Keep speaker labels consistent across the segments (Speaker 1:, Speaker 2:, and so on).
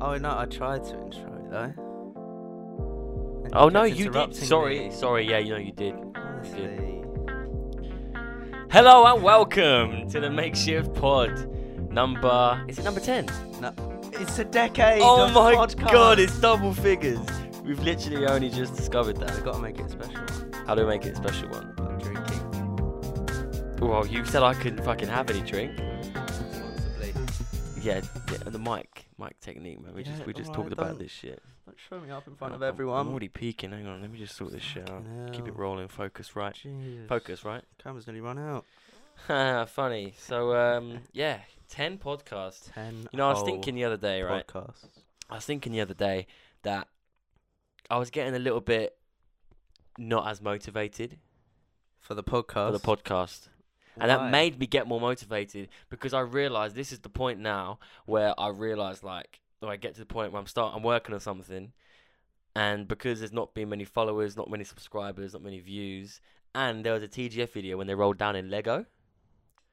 Speaker 1: Oh no, I tried to intro it, though. And
Speaker 2: Oh no,
Speaker 1: kept
Speaker 2: you did.
Speaker 1: interrupting
Speaker 2: Sorry,
Speaker 1: me.
Speaker 2: sorry. Yeah, you know you did.
Speaker 1: Honestly.
Speaker 2: Hello and welcome to the makeshift pod. Number is it number ten?
Speaker 1: It's a decade.
Speaker 2: Oh
Speaker 1: of
Speaker 2: my
Speaker 1: podcasts.
Speaker 2: god, it's double figures. We've literally only just discovered
Speaker 1: We
Speaker 2: that.
Speaker 1: gotta make it a special.
Speaker 2: How do we make it a special one?
Speaker 1: Like drinking
Speaker 2: Well, you said I couldn't fucking have any drink.
Speaker 1: responsibly.
Speaker 2: Yeah, yeah and the mic, mic technique, man. We
Speaker 1: Yeah,
Speaker 2: just we just
Speaker 1: alright,
Speaker 2: talked about
Speaker 1: don't-
Speaker 2: this shit.
Speaker 1: Don't show me up in front
Speaker 2: Oh,
Speaker 1: of
Speaker 2: I'm-
Speaker 1: everyone.
Speaker 2: I'm already peeking. Hang on, let me just sort this shit out.
Speaker 1: Fucking
Speaker 2: Keep it
Speaker 1: hell.
Speaker 2: rolling. Focus, right?
Speaker 1: Jesus.
Speaker 2: Focus, right?
Speaker 1: Camera's nearly run out.
Speaker 2: Funny. So, um, yeah, ten podcasts.
Speaker 1: Ten.
Speaker 2: You know, I was
Speaker 1: whole
Speaker 2: thinking the other day, right?
Speaker 1: Podcasts.
Speaker 2: I was thinking the other day that I was getting a little bit not as motivated
Speaker 1: For the podcast.
Speaker 2: for the podcast. And that made me get more motivated because I realized this is the point now where I realize like when I get to the point where I'm start I'm working on something and because there's not been many followers, not many subscribers, not many views, and there was a TGF video when they rolled down in Lego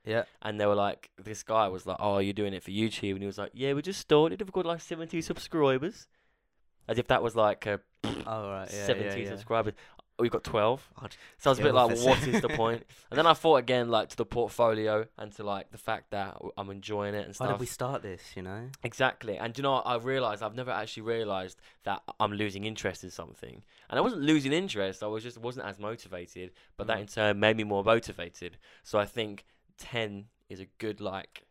Speaker 1: Yeah.
Speaker 2: and they were like this guy was like, Oh, you're doing it for YouTube and he was like, Yeah, we just started, we've got like seventy subscribers as if that was like a
Speaker 1: Oh right. Yeah. yeah,
Speaker 2: 17
Speaker 1: yeah.
Speaker 2: subscribers. We've got 12.
Speaker 1: I'd
Speaker 2: So I was a bit
Speaker 1: kill
Speaker 2: like,
Speaker 1: for
Speaker 2: what
Speaker 1: se-
Speaker 2: is the point? And then I thought again, like, to the portfolio and to, like, the fact that w- I'm enjoying it and
Speaker 1: Why
Speaker 2: stuff.
Speaker 1: did we start this? You know.
Speaker 2: Exactly. And, you know, I realised, I've never actually realised that I'm losing interest in something. And I wasn't losing interest, I was just wasn't as motivated. But that
Speaker 1: Mm.
Speaker 2: in turn made me more motivated. So I think 10 is a good, like,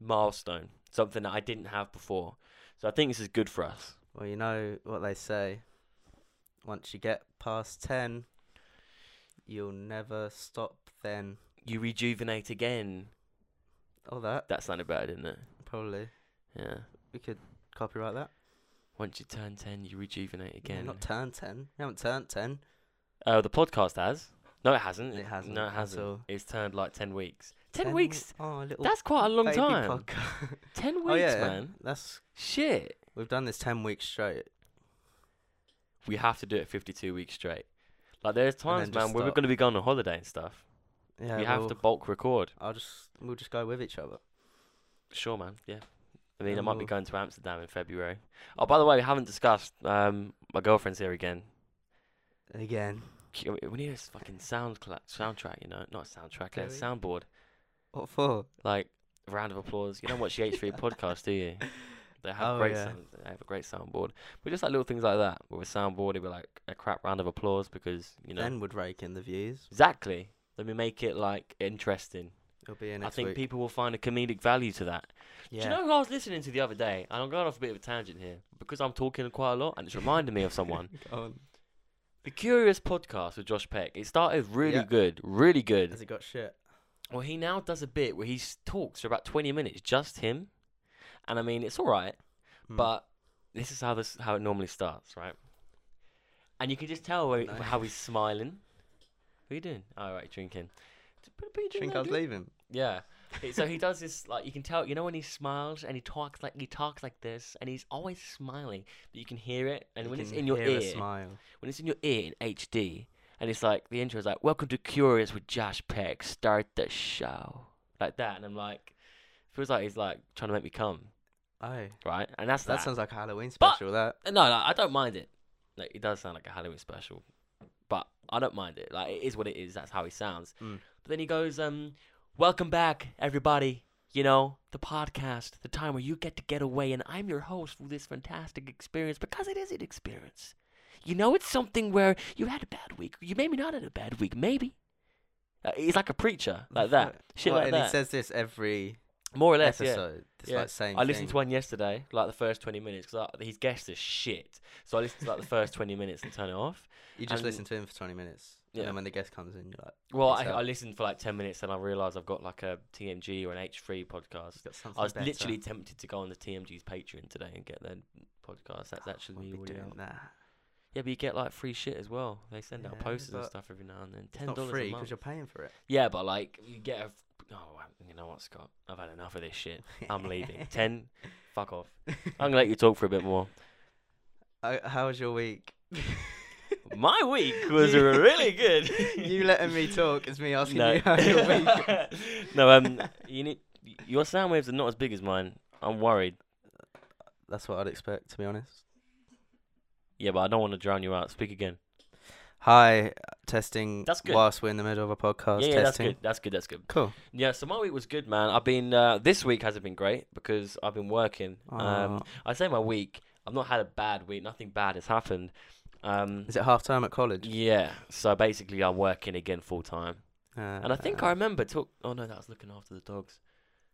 Speaker 2: milestone, something that I didn't have before. So I think this is good for us.
Speaker 1: Well, you know what they say. Once you get past ten, you'll never stop. Then
Speaker 2: You rejuvenate again.
Speaker 1: all that
Speaker 2: That sounded better, didn't it?
Speaker 1: probably
Speaker 2: Yeah.
Speaker 1: we could copyright that.
Speaker 2: Once you turn 10, you rejuvenate
Speaker 1: Yeah,
Speaker 2: again.
Speaker 1: not turn ten. We haven't turned ten.
Speaker 2: Oh, the podcast has. No, it hasn't.
Speaker 1: It hasn't
Speaker 2: No, it
Speaker 1: at
Speaker 2: hasn't.
Speaker 1: all.
Speaker 2: It's turned like 10 weeks. 10,
Speaker 1: Ten
Speaker 2: weeks?
Speaker 1: w- Oh, a little.
Speaker 2: That's quite a long
Speaker 1: baby
Speaker 2: time.
Speaker 1: podca-
Speaker 2: 10 weeks,
Speaker 1: oh yeah,
Speaker 2: man.
Speaker 1: That's
Speaker 2: Shit.
Speaker 1: we've done this ten weeks straight.
Speaker 2: We have to do it 52 weeks straight. Like, there's times,
Speaker 1: then
Speaker 2: man,
Speaker 1: just
Speaker 2: where we're
Speaker 1: stop.
Speaker 2: going to be going on holiday and stuff.
Speaker 1: Yeah,
Speaker 2: we have
Speaker 1: we'll-
Speaker 2: to bulk record.
Speaker 1: I'll just we'll just go with each other.
Speaker 2: Sure, man. Yeah. I mean, I
Speaker 1: Then
Speaker 2: might be
Speaker 1: we'll-
Speaker 2: going to Amsterdam in February. Oh, by the way, we haven't discussed. Um, my girlfriend's here again.
Speaker 1: Again.
Speaker 2: Q- We need a s- fucking sound cla- soundtrack, you know? Not a soundtrack,
Speaker 1: Do
Speaker 2: a
Speaker 1: we?
Speaker 2: soundboard.
Speaker 1: What for?
Speaker 2: like a round of applause. You don't watch the H3 podcast, do you? They have
Speaker 1: Oh,
Speaker 2: great
Speaker 1: yeah.
Speaker 2: sound, they have a great soundboard. But just like little things like that, with a soundboard, it'd be like a crap round of applause because you know
Speaker 1: Then would rake in the views.
Speaker 2: exactly. Let me make it like interesting.
Speaker 1: It'll be in
Speaker 2: I
Speaker 1: next
Speaker 2: think
Speaker 1: week.
Speaker 2: people will find a comedic value to that.
Speaker 1: yeah.
Speaker 2: Do you know who I was listening to the other day? And I'm going off a bit of a tangent here because I'm talking quite a lot, and it's reminding me of someone.
Speaker 1: Go on.
Speaker 2: The Curious podcast with Josh Peck. It started really
Speaker 1: Yeah.
Speaker 2: good, really good.
Speaker 1: Has it got shit?
Speaker 2: Well, he now does a bit where he s- talks for about 20 minutes, just him. And I mean, it's all right,
Speaker 1: Hmm.
Speaker 2: but this is how this how it normally starts, right? And you can just tell where,
Speaker 1: No.
Speaker 2: how he's smiling. What are you doing? All right, drinking. What are
Speaker 1: Do
Speaker 2: you doing
Speaker 1: you think
Speaker 2: there,
Speaker 1: I was
Speaker 2: dude?
Speaker 1: leaving?
Speaker 2: Yeah. It- so he does this like you can tell you know when he smiles and he talks like he talks like this and he's always smiling but you can hear it and
Speaker 1: You
Speaker 2: when it's
Speaker 1: can
Speaker 2: in your
Speaker 1: hear a
Speaker 2: ear
Speaker 1: smile.
Speaker 2: when it's in your ear in HD, and it's like the intro is like "Welcome to Curious with Josh Peck, start the show" like that, and I'm like, feels like he's like trying to make me come,
Speaker 1: Oh,
Speaker 2: right? And that's
Speaker 1: that
Speaker 2: that.
Speaker 1: sounds like a Halloween
Speaker 2: But-
Speaker 1: special. that
Speaker 2: no, no, I don't mind it. Like it does sound like a Halloween special, but I don't mind it. Like it is what it is. That's how he sounds.
Speaker 1: Mm.
Speaker 2: But then he goes, um, "Welcome back, everybody." You know, the podcast, the time where you get to get away, and I'm your host for this fantastic experience because it is an experience. You know, it's something where you had a bad week. You maybe not had a bad week, maybe. Uh, he's like a preacher, like that. Shit
Speaker 1: Well,
Speaker 2: like
Speaker 1: and
Speaker 2: that.
Speaker 1: he says this every
Speaker 2: More or less, yeah.
Speaker 1: episode. It's
Speaker 2: Yeah.
Speaker 1: like same.
Speaker 2: I listened
Speaker 1: thing.
Speaker 2: to one yesterday, like the first 20 minutes, because his guest is shit. So I listened to like the first 20 minutes and turn it off.
Speaker 1: You just
Speaker 2: and-
Speaker 1: listen to him for twenty minutes.
Speaker 2: Yeah.
Speaker 1: And then when the guest comes in, you're like,
Speaker 2: Well, I,
Speaker 1: It's
Speaker 2: I
Speaker 1: out.
Speaker 2: listened for like 10 minutes and I realised I've got like a TMG or an H3 podcast.
Speaker 1: "He's got something
Speaker 2: I was
Speaker 1: better."
Speaker 2: literally tempted to go on the TMG's Patreon today and get their podcast. That's
Speaker 1: Oh,
Speaker 2: actually
Speaker 1: wouldn't
Speaker 2: me
Speaker 1: be doing
Speaker 2: doing.
Speaker 1: that.
Speaker 2: Yeah, but you get like free shit as well. They send out
Speaker 1: Yeah,
Speaker 2: posters and
Speaker 1: but
Speaker 2: stuff every now and then.
Speaker 1: It's
Speaker 2: Ten
Speaker 1: not
Speaker 2: dollars
Speaker 1: free
Speaker 2: a
Speaker 1: because
Speaker 2: month.
Speaker 1: you're paying for it.
Speaker 2: Yeah, but like you get a. f- Oh, I- you know what, Scott? I've had enough of this shit. I'm leaving. Ten, fuck off. I'm gonna let you talk for a bit more.
Speaker 1: Uh, how was your week?
Speaker 2: My week was
Speaker 1: You-
Speaker 2: really good.
Speaker 1: you letting me talk is me asking
Speaker 2: no.
Speaker 1: you how your week.
Speaker 2: um, no, um, you need your sound waves are not as big as mine. I'm worried.
Speaker 1: That's what I'd expect, to be honest.
Speaker 2: Yeah, but I don't want to drown you out. Speak again.
Speaker 1: Hi, uh, testing.
Speaker 2: That's good.
Speaker 1: Whilst we're in the middle of a podcast,
Speaker 2: yeah, yeah, that's
Speaker 1: testing.
Speaker 2: good. That's good. That's good.
Speaker 1: Cool.
Speaker 2: Yeah, so my week was good, man. I've been uh, this week hasn't been great because I've been working. Um,
Speaker 1: Aw.
Speaker 2: I say my week. I've not had a bad week. Nothing bad has happened. Um,
Speaker 1: Is it half time at college?
Speaker 2: yeah. So basically, I'm working again full time,
Speaker 1: Uh,
Speaker 2: and I think I remember talk. Oh no, that was looking after the dogs.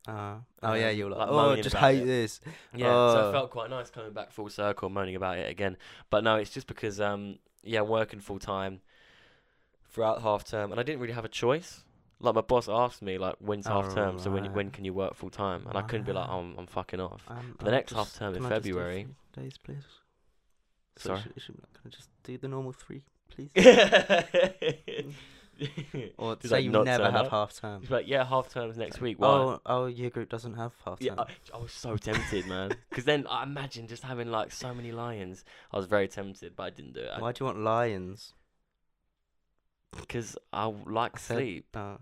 Speaker 1: Uh, oh yeah,
Speaker 2: um,
Speaker 1: you're like,
Speaker 2: like
Speaker 1: oh,
Speaker 2: moaning
Speaker 1: just
Speaker 2: about
Speaker 1: hate
Speaker 2: it."
Speaker 1: this.
Speaker 2: Yeah, so
Speaker 1: Oh.
Speaker 2: it felt quite nice coming back full circle, moaning about it again. But no, it's just because um yeah, working full time throughout half term, and I didn't really have a choice. Like my boss asked me like, when's half term? So when
Speaker 1: Alright.
Speaker 2: when can you work full time? And I couldn't be like,
Speaker 1: Oh, Wow.
Speaker 2: oh, I'm, I'm fucking off.
Speaker 1: Um,
Speaker 2: the
Speaker 1: I'll
Speaker 2: next
Speaker 1: just-
Speaker 2: half term in
Speaker 1: can I just do
Speaker 2: February-
Speaker 1: three Days, please.
Speaker 2: Sorry.
Speaker 1: Should, should, can I just do the normal three, please?
Speaker 2: He's
Speaker 1: Or
Speaker 2: Does
Speaker 1: say
Speaker 2: that
Speaker 1: you
Speaker 2: not
Speaker 1: never
Speaker 2: turn
Speaker 1: have
Speaker 2: up?
Speaker 1: half term.
Speaker 2: like, yeah, half term's next week. Why?
Speaker 1: Oh, oh, your group doesn't have half
Speaker 2: yeah,
Speaker 1: term.
Speaker 2: I, I was so tempted, man. Because then I imagine just having like so many lions. I was very tempted, but I didn't do it.
Speaker 1: Why do you want lions?
Speaker 2: Because I, w- like
Speaker 1: I said-
Speaker 2: sleep.
Speaker 1: Uh,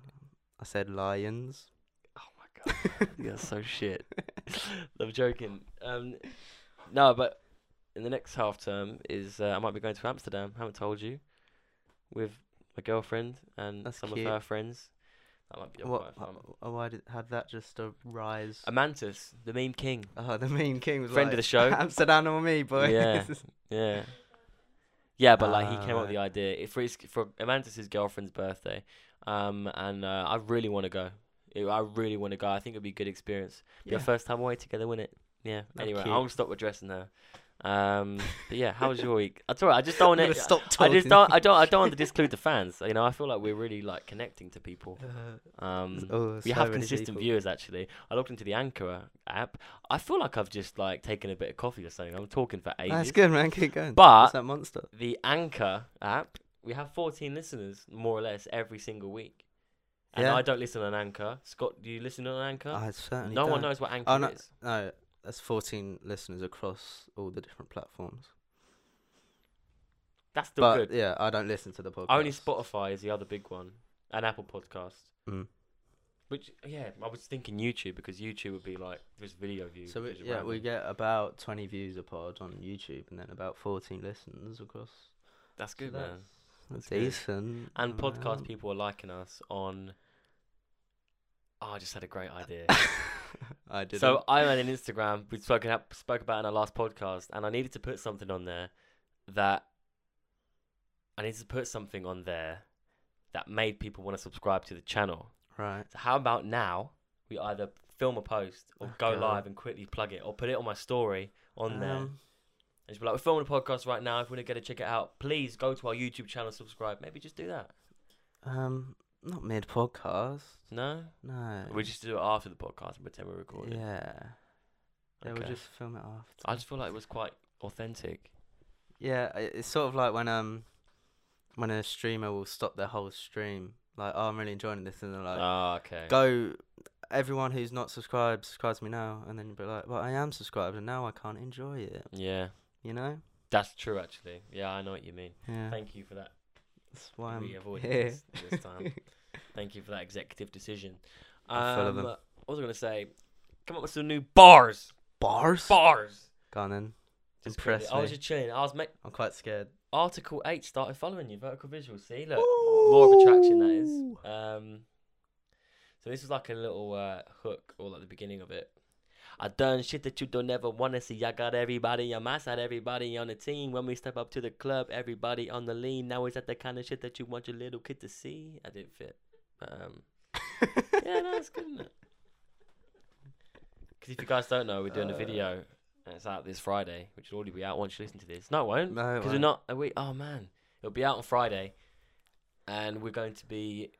Speaker 1: I said lions.
Speaker 2: Oh my god, you're so shit. I'm joking. Um, no, but in the next half term is uh, I might be going to Amsterdam. haven't told you, with my girlfriend and
Speaker 1: That's
Speaker 2: some
Speaker 1: cute.
Speaker 2: of her friends. That might be
Speaker 1: What?
Speaker 2: quite fun.
Speaker 1: Oh, why did had that just a rise?
Speaker 2: Amantis, the meme king.
Speaker 1: Oh, the mean king was
Speaker 2: Friend of
Speaker 1: like,
Speaker 2: the show.
Speaker 1: Amsterdam or me, boy.
Speaker 2: Yeah. Yeah. Yeah, but like he
Speaker 1: Ah,
Speaker 2: came up with the idea it- for his, for Amantis's girlfriend's birthday, um, and uh, I really want to go. It, I really want to go. I think it'd be a good experience. Be
Speaker 1: Yeah.
Speaker 2: Your first time away together, wouldn't it? Yeah.
Speaker 1: Oh,
Speaker 2: anyway,
Speaker 1: cute.
Speaker 2: I won't stop addressing her. Um, but yeah, how was your week? That's alright. I just don't
Speaker 1: I'm
Speaker 2: want
Speaker 1: gonna
Speaker 2: to
Speaker 1: stop
Speaker 2: I
Speaker 1: talking.
Speaker 2: just don't. I don't. I don't want to disclude the fans. You know, I feel like we're really like connecting to people. Um,
Speaker 1: oh,
Speaker 2: we
Speaker 1: Uh, so
Speaker 2: have
Speaker 1: many
Speaker 2: consistent
Speaker 1: people.
Speaker 2: viewers actually. I looked into the Anchor app. I feel like I've just like taken a bit of coffee or something. I'm talking for ages.
Speaker 1: That's good, man. Keep going.
Speaker 2: But
Speaker 1: What's that monster?
Speaker 2: the Anchor app, we have 14 listeners more or less every single week. And
Speaker 1: Yeah.
Speaker 2: I don't listen on Anchor. Scott, do you listen on Anchor?
Speaker 1: I certainly
Speaker 2: no
Speaker 1: don't. Oh,
Speaker 2: one knows what Anchor
Speaker 1: no.
Speaker 2: is.
Speaker 1: No, that's 14 listeners across all the different platforms.
Speaker 2: That's still
Speaker 1: but
Speaker 2: good.
Speaker 1: yeah, I don't listen to the podcast.
Speaker 2: Only Spotify is the other big one, and Apple Podcasts.
Speaker 1: Mm.
Speaker 2: Which yeah, I was thinking YouTube because YouTube would be like just video views.
Speaker 1: So we,
Speaker 2: which is
Speaker 1: yeah, we
Speaker 2: random.
Speaker 1: get about 20 views a pod on YouTube, and then about 14 listeners across.
Speaker 2: that's
Speaker 1: so
Speaker 2: good, man.
Speaker 1: That's Mm.
Speaker 2: That's good.
Speaker 1: decent.
Speaker 2: And podcast
Speaker 1: amount.
Speaker 2: people are liking us on. Oh, I just had a great idea.
Speaker 1: I did.
Speaker 2: So I ran an Instagram. We spoke up, spoke about it in our last podcast, and I needed to put something on there that I needed to put something on there that made people want to subscribe to the channel.
Speaker 1: right.
Speaker 2: So how about now we either film a post or go
Speaker 1: Okay.
Speaker 2: live and quickly plug it, or put it on my story on there, and
Speaker 1: Um,
Speaker 2: just be like, "We're filming a podcast right now. If you want to get to check it out, please go to our YouTube channel, subscribe. Maybe just do that.
Speaker 1: um, not mid podcast.
Speaker 2: No,
Speaker 1: No.
Speaker 2: we just do it after the podcast and pretend we're recording.
Speaker 1: Yeah. Yeah, we'll
Speaker 2: Okay.
Speaker 1: just film it after.
Speaker 2: I just feel like it was quite authentic.
Speaker 1: Yeah, i- it's sort of like when um when a streamer will stop their whole stream, like, oh, I'm really enjoying this, and they're like,
Speaker 2: Ah, okay.
Speaker 1: go, everyone who's not subscribed, subscribe to me now, and then you'll be like, well, I am subscribed, and now I can't enjoy it,
Speaker 2: Yeah.
Speaker 1: you know?
Speaker 2: That's true, actually. Yeah, I know what you mean.
Speaker 1: Yeah,
Speaker 2: Thank you for that.
Speaker 1: that's why
Speaker 2: we
Speaker 1: I'm
Speaker 2: avoided
Speaker 1: here.
Speaker 2: this this time. Thank you for that executive decision.
Speaker 1: I'm full of them.
Speaker 2: Um, what was I going to say? Come up with some new bars.
Speaker 1: Bars?
Speaker 2: Bars.
Speaker 1: Go on then.
Speaker 2: Just quickly,
Speaker 1: Impress
Speaker 2: I was
Speaker 1: me.
Speaker 2: just chilling. I was make
Speaker 1: I'm quite scared.
Speaker 2: Article Eight started following you. Vertical visual. See, look, law of attraction. That
Speaker 1: Ooh.
Speaker 2: is. Um, so this was like a little uh, hook, all at the beginning of it. I done shit that you don't ever want to see. I got everybody on my side, everybody on the team. When we step up to the club, everybody on the lean. Now is that the kind of shit that you want your little kid to see? I didn't fit. Um, yeah, no, it's good. Because if you guys don't know, we're doing a
Speaker 1: Uh.
Speaker 2: video. And it's out this Friday, which will already be out once you listen to this. No, it won't.
Speaker 1: No, it
Speaker 2: Because we're
Speaker 1: won't.
Speaker 2: not a week. Oh man, it'll be out on Friday, and we're going to be.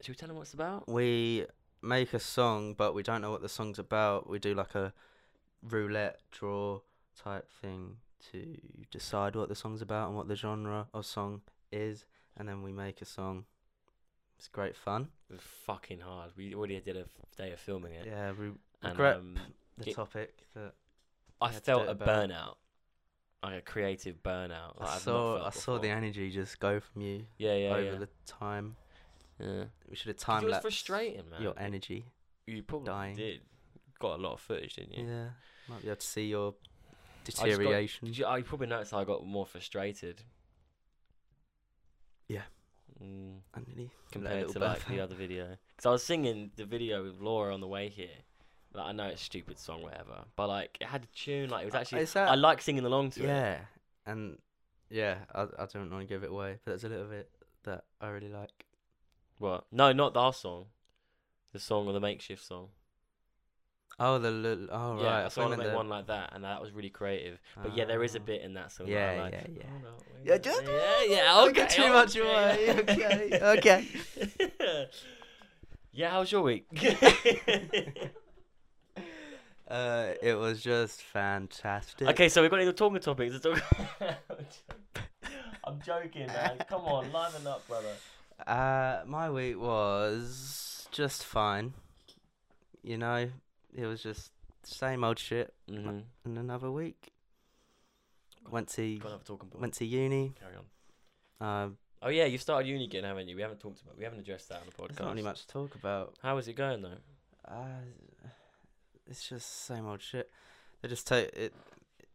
Speaker 2: Should we tell them what it's about?
Speaker 1: We make a song, but we don't know what the song's about. We do like a roulette draw type thing to decide what the song's about and what the genre of song is, and then we make a song. It's great fun.
Speaker 2: It was fucking hard. We already did a f- day of filming
Speaker 1: Yeah,
Speaker 2: it.
Speaker 1: we
Speaker 2: and,
Speaker 1: regret
Speaker 2: um,
Speaker 1: the
Speaker 2: it-
Speaker 1: topic that
Speaker 2: I
Speaker 1: had to do
Speaker 2: felt
Speaker 1: it
Speaker 2: a
Speaker 1: about-
Speaker 2: burnout, like a creative burnout. Like
Speaker 1: I
Speaker 2: I've not
Speaker 1: saw.
Speaker 2: felt
Speaker 1: I saw the
Speaker 2: before.
Speaker 1: energy just go from you
Speaker 2: Yeah, yeah,
Speaker 1: over
Speaker 2: yeah.
Speaker 1: the time.
Speaker 2: yeah.
Speaker 1: We should have
Speaker 2: 'Cause
Speaker 1: time
Speaker 2: It was
Speaker 1: lapsed
Speaker 2: frustrating, man.
Speaker 1: your energy.
Speaker 2: you probably
Speaker 1: dying.
Speaker 2: did. Got a lot of footage, didn't
Speaker 1: Yeah,
Speaker 2: you?
Speaker 1: Might be able to see your
Speaker 2: got-
Speaker 1: deterioration.
Speaker 2: Did you, I probably noticed I got more frustrated.
Speaker 1: Yeah.
Speaker 2: Mm,
Speaker 1: and then he let a
Speaker 2: compared
Speaker 1: little
Speaker 2: to like
Speaker 1: burp
Speaker 2: the
Speaker 1: out.
Speaker 2: other video, because I was singing the video with Laura on the way here. Like, I know it's a stupid song, whatever, but like it had a tune. Like it was
Speaker 1: Uh,
Speaker 2: actually
Speaker 1: is that-
Speaker 2: I like singing along to it.
Speaker 1: Yeah, and yeah, I I don't want to give it away, but there's a little bit that I really like.
Speaker 2: What? No, not our song. The song or the makeshift song.
Speaker 1: Oh, the little. Oh
Speaker 2: yeah,
Speaker 1: right,
Speaker 2: I
Speaker 1: I
Speaker 2: saw
Speaker 1: thought you
Speaker 2: them
Speaker 1: meant
Speaker 2: make
Speaker 1: the-
Speaker 2: one like that, and that was really creative. But yeah, there is a
Speaker 1: Ah.
Speaker 2: bit in that song. that I
Speaker 1: Yeah,
Speaker 2: like.
Speaker 1: yeah, yeah.
Speaker 2: Oh, no, wait,
Speaker 1: Yeah,
Speaker 2: wait,
Speaker 1: just-
Speaker 2: yeah, yeah.
Speaker 1: don't
Speaker 2: Okay,
Speaker 1: give too much
Speaker 2: okay.
Speaker 1: away, okay,
Speaker 2: yeah, how was your week?
Speaker 1: Uh, it was just fantastic.
Speaker 2: okay, so we've got any talking topics to talk. I'm joking, man. Come on, liven up, brother.
Speaker 1: Uh, my week was just fine. You know, it was just same old shit.
Speaker 2: Mm-hmm.
Speaker 1: And another week, went to
Speaker 2: Got another talking point.
Speaker 1: went to uni.
Speaker 2: Carry on.
Speaker 1: Um,
Speaker 2: Oh yeah, you started uni again, haven't you? We haven't talked about. We haven't addressed that on the
Speaker 1: there's
Speaker 2: podcast.
Speaker 1: not really much to talk about.
Speaker 2: How is it going though?
Speaker 1: Uh, it's just same old shit. They just take it. It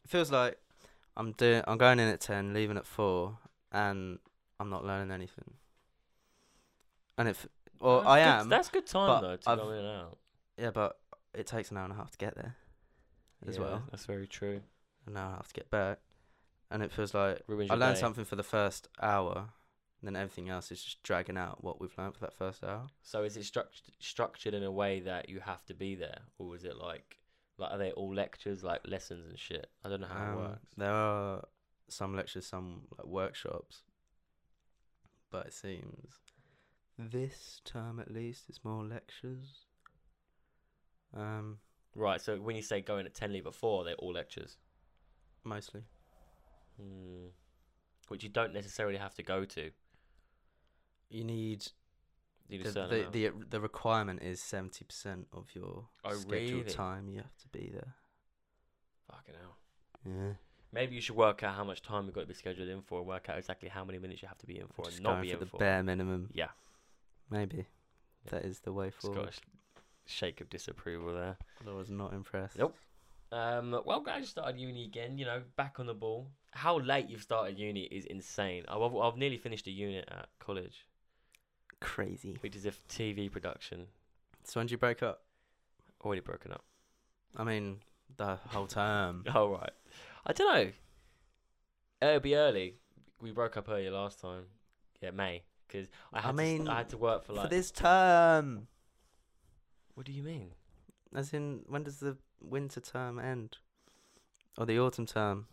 Speaker 1: feels like I'm doing. I'm going in at ten, leaving at four, and I'm not learning anything. And if or
Speaker 2: That's
Speaker 1: I
Speaker 2: good-
Speaker 1: am,
Speaker 2: That's good time
Speaker 1: but
Speaker 2: though to
Speaker 1: I've-
Speaker 2: go in and out.
Speaker 1: yeah, but it takes an hour and a half to get there. as
Speaker 2: Yeah,
Speaker 1: well.
Speaker 2: That's very true.
Speaker 1: and now I have to get back. And it feels like
Speaker 2: Ruins
Speaker 1: I
Speaker 2: your
Speaker 1: learned
Speaker 2: day.
Speaker 1: something for the first hour, and then everything else is just dragging out what we've learned for that first hour.
Speaker 2: So is it structured structured in a way that you have to be there, or is it like like are they all lectures, like lessons and shit? I don't know how
Speaker 1: Um,
Speaker 2: it works.
Speaker 1: There are some lectures, some like workshops, but it seems this term at least it's more lectures. Um,
Speaker 2: Right. So when you say going at ten leave at four, they're all lectures,
Speaker 1: mostly.
Speaker 2: mm. which you don't necessarily have to go to.
Speaker 1: You need
Speaker 2: You
Speaker 1: the
Speaker 2: just don't
Speaker 1: the,
Speaker 2: know.
Speaker 1: the the requirement is seventy percent of your
Speaker 2: Oh,
Speaker 1: scheduled
Speaker 2: really?
Speaker 1: time. You have to be there.
Speaker 2: Fucking hell.
Speaker 1: Yeah.
Speaker 2: Maybe you should work out how much time you've got to be scheduled in for, and work out exactly how many minutes you have to be in for,
Speaker 1: Just
Speaker 2: and not
Speaker 1: going
Speaker 2: be
Speaker 1: for
Speaker 2: in
Speaker 1: the
Speaker 2: for.
Speaker 1: bare minimum.
Speaker 2: Yeah.
Speaker 1: Maybe.
Speaker 2: Yeah.
Speaker 1: That is the way
Speaker 2: Just got a
Speaker 1: forward.
Speaker 2: sh- shake of disapproval there.
Speaker 1: Laura's not impressed.
Speaker 2: Nope. Um, well, glad you started uni again. You know, back on the ball. How late you've started uni is insane. I've I've- I've nearly finished a unit at college,
Speaker 1: Crazy.
Speaker 2: which is a TV production.
Speaker 1: So when did you break up?
Speaker 2: Already broken up.
Speaker 1: I mean, the whole term.
Speaker 2: All right. I don't know. It'll be early. We broke up earlier last time. Yeah, May. Because I
Speaker 1: I
Speaker 2: had to,
Speaker 1: mean,
Speaker 2: s- I had to work for
Speaker 1: For
Speaker 2: like.
Speaker 1: this term.
Speaker 2: What do you mean?
Speaker 1: As in, when does the winter term end? Or the autumn term?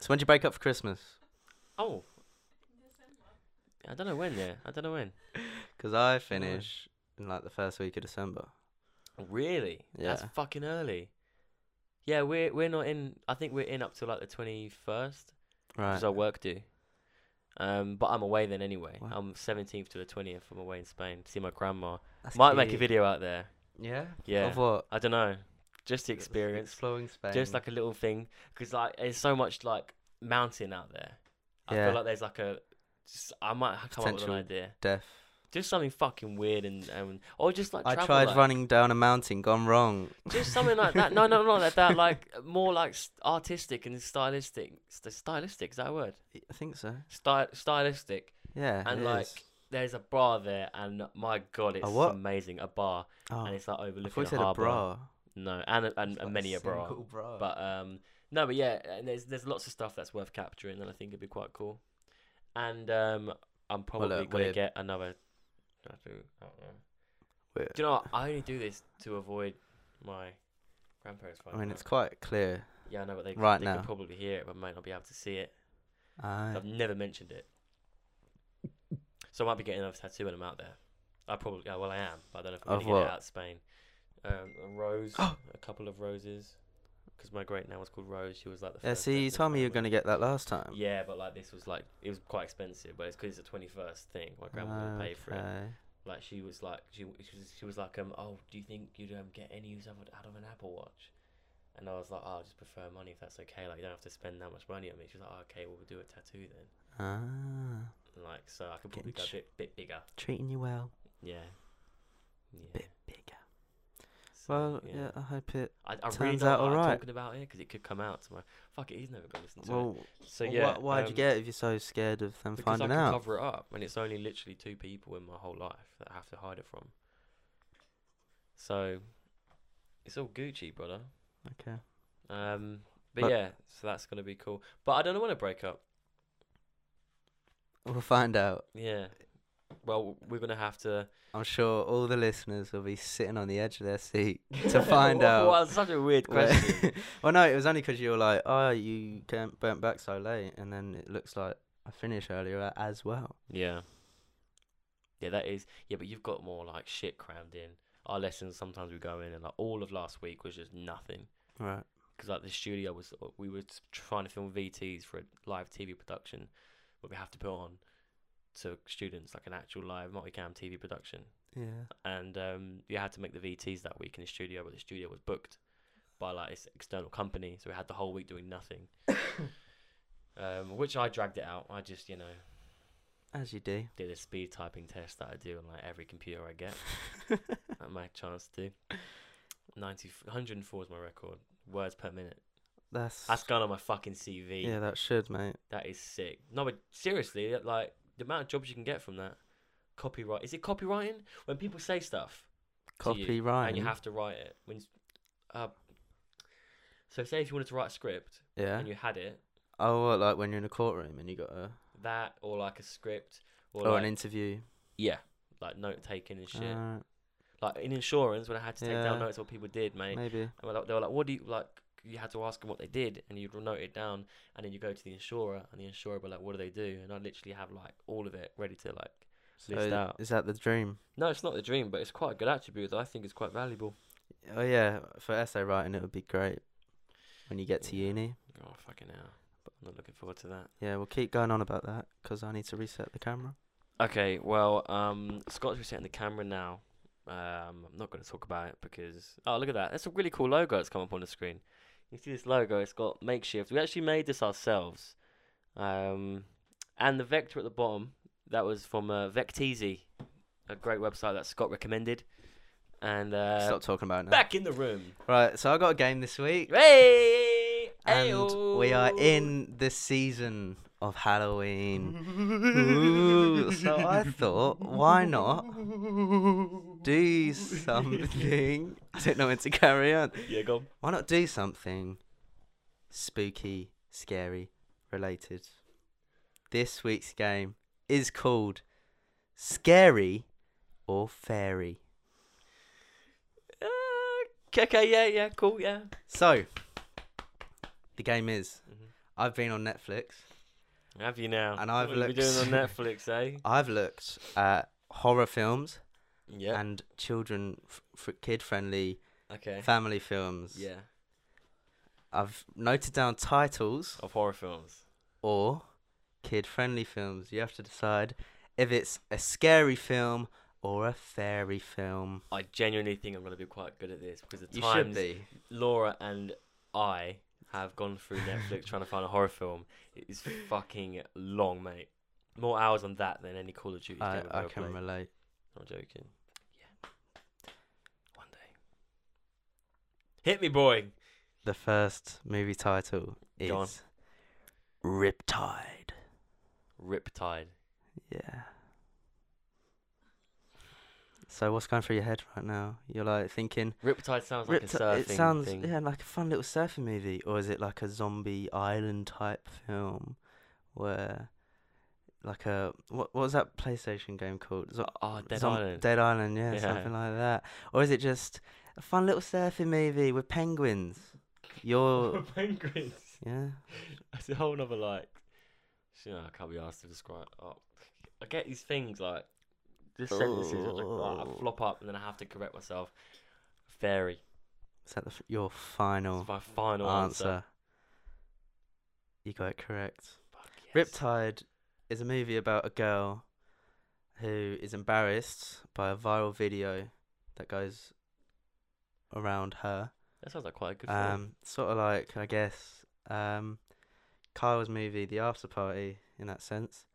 Speaker 1: So when did you break up for Christmas?
Speaker 2: Oh. I don't know when. Yeah, I don't know when.
Speaker 1: Because I finish in like the first week of December.
Speaker 2: Really? That's
Speaker 1: Yeah.
Speaker 2: fucking early. Yeah, we're we're not in. I think we're in up to like the twenty first.
Speaker 1: Right.
Speaker 2: because I work do. Um, but I'm away then anyway.
Speaker 1: Wow.
Speaker 2: I'm 17th to the 20th. I'm away in Spain. See my grandma.
Speaker 1: That's
Speaker 2: Might make a
Speaker 1: cute.
Speaker 2: video out there.
Speaker 1: Yeah?
Speaker 2: Yeah.
Speaker 1: Of what?
Speaker 2: I don't know. Just the
Speaker 1: Just
Speaker 2: experience.
Speaker 1: Exploring Spain.
Speaker 2: Just like a little thing, because like there's so much like mountain out there. I
Speaker 1: Yeah.
Speaker 2: feel like there's like a. Just, I might ha- come up with an idea.
Speaker 1: deaf.
Speaker 2: Just something fucking weird and and or just like
Speaker 1: I
Speaker 2: travel,
Speaker 1: tried
Speaker 2: like-
Speaker 1: running down a mountain, gone wrong.
Speaker 2: Just something like that. No, no, no, like that. Like more like s- artistic and stylistic. St- stylistic is that a word?
Speaker 1: I think so.
Speaker 2: Sty- stylistic.
Speaker 1: Yeah.
Speaker 2: and
Speaker 1: it
Speaker 2: like
Speaker 1: is.
Speaker 2: there's a bar there, and my god, it's
Speaker 1: what?
Speaker 2: amazing. A bar,
Speaker 1: Oh.
Speaker 2: and it's like
Speaker 1: I
Speaker 2: overlooking
Speaker 1: thought you
Speaker 2: a
Speaker 1: said a
Speaker 2: harbour.
Speaker 1: bra.
Speaker 2: No, and a, and,
Speaker 1: It's like
Speaker 2: and many a bra.
Speaker 1: single bra.
Speaker 2: But um, no, but yeah, and there's there's lots of stuff that's worth capturing, and I think it'd be quite cool. And um, I'm probably
Speaker 1: look,
Speaker 2: gonna
Speaker 1: we're-
Speaker 2: get another. I don't know.
Speaker 1: Wait,
Speaker 2: Do you know? What? I only do this to avoid my grandparents.
Speaker 1: I mean,
Speaker 2: finding
Speaker 1: it's
Speaker 2: out.
Speaker 1: quite clear.
Speaker 2: yeah, I know, but they
Speaker 1: right
Speaker 2: they
Speaker 1: now.
Speaker 2: could probably hear it, but might not be able to see it.
Speaker 1: Aye.
Speaker 2: I've never mentioned it. So I might be getting another tattoo when I'm out there. I probably, yeah, well, I am, but I don't know if I'm
Speaker 1: Of
Speaker 2: going to get
Speaker 1: what?
Speaker 2: it out of Spain. Um, a rose, a couple of roses, because my great now was called Rose. She was like the
Speaker 1: Yeah,
Speaker 2: first
Speaker 1: see, Uh, you
Speaker 2: person
Speaker 1: told me
Speaker 2: I
Speaker 1: you were going to
Speaker 2: met.
Speaker 1: get that last time.
Speaker 2: Yeah, but like this was like it was quite expensive, but it's because it's a twenty first thing. My grandma didn't pay for it.
Speaker 1: Okay.
Speaker 2: Like she was like she w- she was, she was like um oh do you think you'd um get any use out of out of an Apple Watch? And I was like oh I just prefer money if that's okay. Like you don't have to spend that much money on me. She was like oh, okay well we'll do a tattoo then
Speaker 1: Ah,
Speaker 2: like so I could
Speaker 1: Getting
Speaker 2: probably go a
Speaker 1: ch-
Speaker 2: bit, bit bigger.
Speaker 1: treating you well.
Speaker 2: Yeah. Yeah.
Speaker 1: Bit bigger.
Speaker 2: So So,
Speaker 1: Well, yeah. I hope it.
Speaker 2: I, I really
Speaker 1: turns
Speaker 2: don't
Speaker 1: out
Speaker 2: like
Speaker 1: alright.
Speaker 2: talking about it because it could come out tomorrow. Fuck it, he's never gonna listen to it.
Speaker 1: Well,
Speaker 2: So
Speaker 1: well,
Speaker 2: yeah,
Speaker 1: why, why'd
Speaker 2: um,
Speaker 1: you get it if you're so scared of them
Speaker 2: Because I
Speaker 1: finding
Speaker 2: can
Speaker 1: out?
Speaker 2: cover it up, and it's only literally two people in my whole life that I have to hide it from. So, it's all Gucci, brother.
Speaker 1: Okay.
Speaker 2: Um, but,
Speaker 1: But-
Speaker 2: yeah, so that's gonna be cool. But I don't want to break up.
Speaker 1: We'll find out.
Speaker 2: Yeah. Well, we're gonna have to
Speaker 1: I'm sure all the listeners will be sitting on the edge of their seat to find out.
Speaker 2: Well, such a weird
Speaker 1: where-
Speaker 2: question.
Speaker 1: well, no, it was only 'cause you were like, "Oh, you came, burnt back so late," and then it looks like I finished earlier as well.
Speaker 2: Yeah. Yeah, that is. Yeah, but you've got more like shit crammed in. Our lessons sometimes we go in and like all of last week was just nothing
Speaker 1: Right.
Speaker 2: because like the studio was uh, we were s- trying to film VTs for a live TV production, but we have to put on to students like an actual live multicam TV production,
Speaker 1: Yeah.
Speaker 2: and um, you had to make the VTs that week in the studio, but the studio was booked by like this external company, so we had the whole week doing nothing. um, which I dragged it out. I just you know
Speaker 1: As you do.
Speaker 2: did a speed typing test that I do on like every computer I get. at my chance to. 90, 104 is my record. Words per minute.
Speaker 1: That's.
Speaker 2: That's gone on my fucking CV.
Speaker 1: yeah, that should, mate.
Speaker 2: That is sick. No, but seriously, that, like the amount of jobs you can get from that. Copyright. Is it copywriting? When people say stuff to you
Speaker 1: Copyright.
Speaker 2: and you have to write it. When, s- uh, so say if you wanted to write a script
Speaker 1: Yeah.
Speaker 2: and you had it,
Speaker 1: Oh, what, like when you're in a courtroom and you got a
Speaker 2: that or like a script or,
Speaker 1: or
Speaker 2: like,
Speaker 1: Oh, an interview.
Speaker 2: yeah, like note taking and shit.
Speaker 1: Alright,
Speaker 2: like in insurance when I had to take down
Speaker 1: Yeah.
Speaker 2: notes what people did, mate.
Speaker 1: maybe.
Speaker 2: And we're like- they were like, "What do you like?" You had to ask them what they did, and you'd note it down, and then you go to the insurer, and the insurer were like, "What do they do?" And I literally have like all of it ready to like. List
Speaker 1: So,
Speaker 2: out.
Speaker 1: Is that the dream?
Speaker 2: No, it's not the dream, but it's quite a good attribute that I think is quite valuable.
Speaker 1: Oh yeah, for essay writing it would be great when you get to
Speaker 2: Yeah.
Speaker 1: uni.
Speaker 2: Oh fucking hell! I'm not looking forward to that.
Speaker 1: Yeah, we'll keep going on about that 'cause I need to reset the camera.
Speaker 2: Okay, well, um, Scott's resetting the camera now. Um, I'm not going to talk about it because oh look at that! That's a really cool logo that's come up on the screen. You see this logo? It's got makeshift. We actually made this ourselves. Um, and the vector at the bottom that was from uh, Vecteezy, a great website that Scott recommended. And uh,
Speaker 1: Stop talking about it now.
Speaker 2: back in the room.
Speaker 1: Right, so I got a game this week,
Speaker 2: Hey,
Speaker 1: and we are
Speaker 2: ayo.
Speaker 1: in the season of
Speaker 2: Mm-hmm.
Speaker 1: Halloween. Ooh, so I thought, why not do something? I don't know when to carry on.
Speaker 2: Yeah, go. on.
Speaker 1: Why not do something spooky, scary, related? This week's game is called Scary or Fairy.
Speaker 2: Uh, okay, yeah, yeah, cool, yeah.
Speaker 1: So, the game is
Speaker 2: Mhm.
Speaker 1: I've been on Netflix.
Speaker 2: Have you now?
Speaker 1: And I've
Speaker 2: what have you been doing on
Speaker 1: looked-
Speaker 2: Netflix, eh?
Speaker 1: I've looked at horror films
Speaker 2: Yeah.
Speaker 1: and children, f- f- kid friendly,
Speaker 2: Okay.
Speaker 1: family films.
Speaker 2: Yeah.
Speaker 1: I've noted down titles
Speaker 2: Of horror films.
Speaker 1: or kid friendly films. You have to decide if it's a scary film or a fairy film.
Speaker 2: I genuinely think I'm gonna be quite good at this because the
Speaker 1: You should
Speaker 2: times
Speaker 1: be.
Speaker 2: Laura and I have gone through Netflix trying to find a horror film it is fucking long, mate. More hours on that than any Call of Duty
Speaker 1: I,
Speaker 2: game I've
Speaker 1: I
Speaker 2: ever
Speaker 1: can
Speaker 2: played.
Speaker 1: relate.
Speaker 2: I'm joking. Yeah. One day. Hit me, boy.
Speaker 1: The first movie title is
Speaker 2: Go on.
Speaker 1: Riptide.
Speaker 2: Riptide.
Speaker 1: Yeah. So what's going through your head right now? You're like thinking
Speaker 2: Riptide sounds like a
Speaker 1: Ripti-
Speaker 2: surfing
Speaker 1: it sounds
Speaker 2: thing.
Speaker 1: yeah like a fun little surfing movie, or is it like a zombie island type film, where like a what what was that PlayStation game called? Zo-
Speaker 2: Oh, Dead
Speaker 1: zom-
Speaker 2: Island.
Speaker 1: Dead Island, yeah,
Speaker 2: Yeah.
Speaker 1: something like that. Or is it just a fun little surfing movie with penguins? You're
Speaker 2: Penguins.
Speaker 1: yeah.
Speaker 2: That's a whole nother like. You know, I can't be asked to describe. Oh, I get these things like just sentences. and I, like, I
Speaker 1: Oh.
Speaker 2: flop up and then I have to correct myself. Fairy.
Speaker 1: Is that the, f- your
Speaker 2: That's
Speaker 1: final
Speaker 2: my final
Speaker 1: answer?
Speaker 2: answer.
Speaker 1: You got it correct.
Speaker 2: Fuck yes.
Speaker 1: Riptide is a movie about a girl who is embarrassed by a viral video that goes around her.
Speaker 2: That sounds like quite a good film.
Speaker 1: Um, sort of like, I guess, um, Kyle's movie, The After Party, in that sense.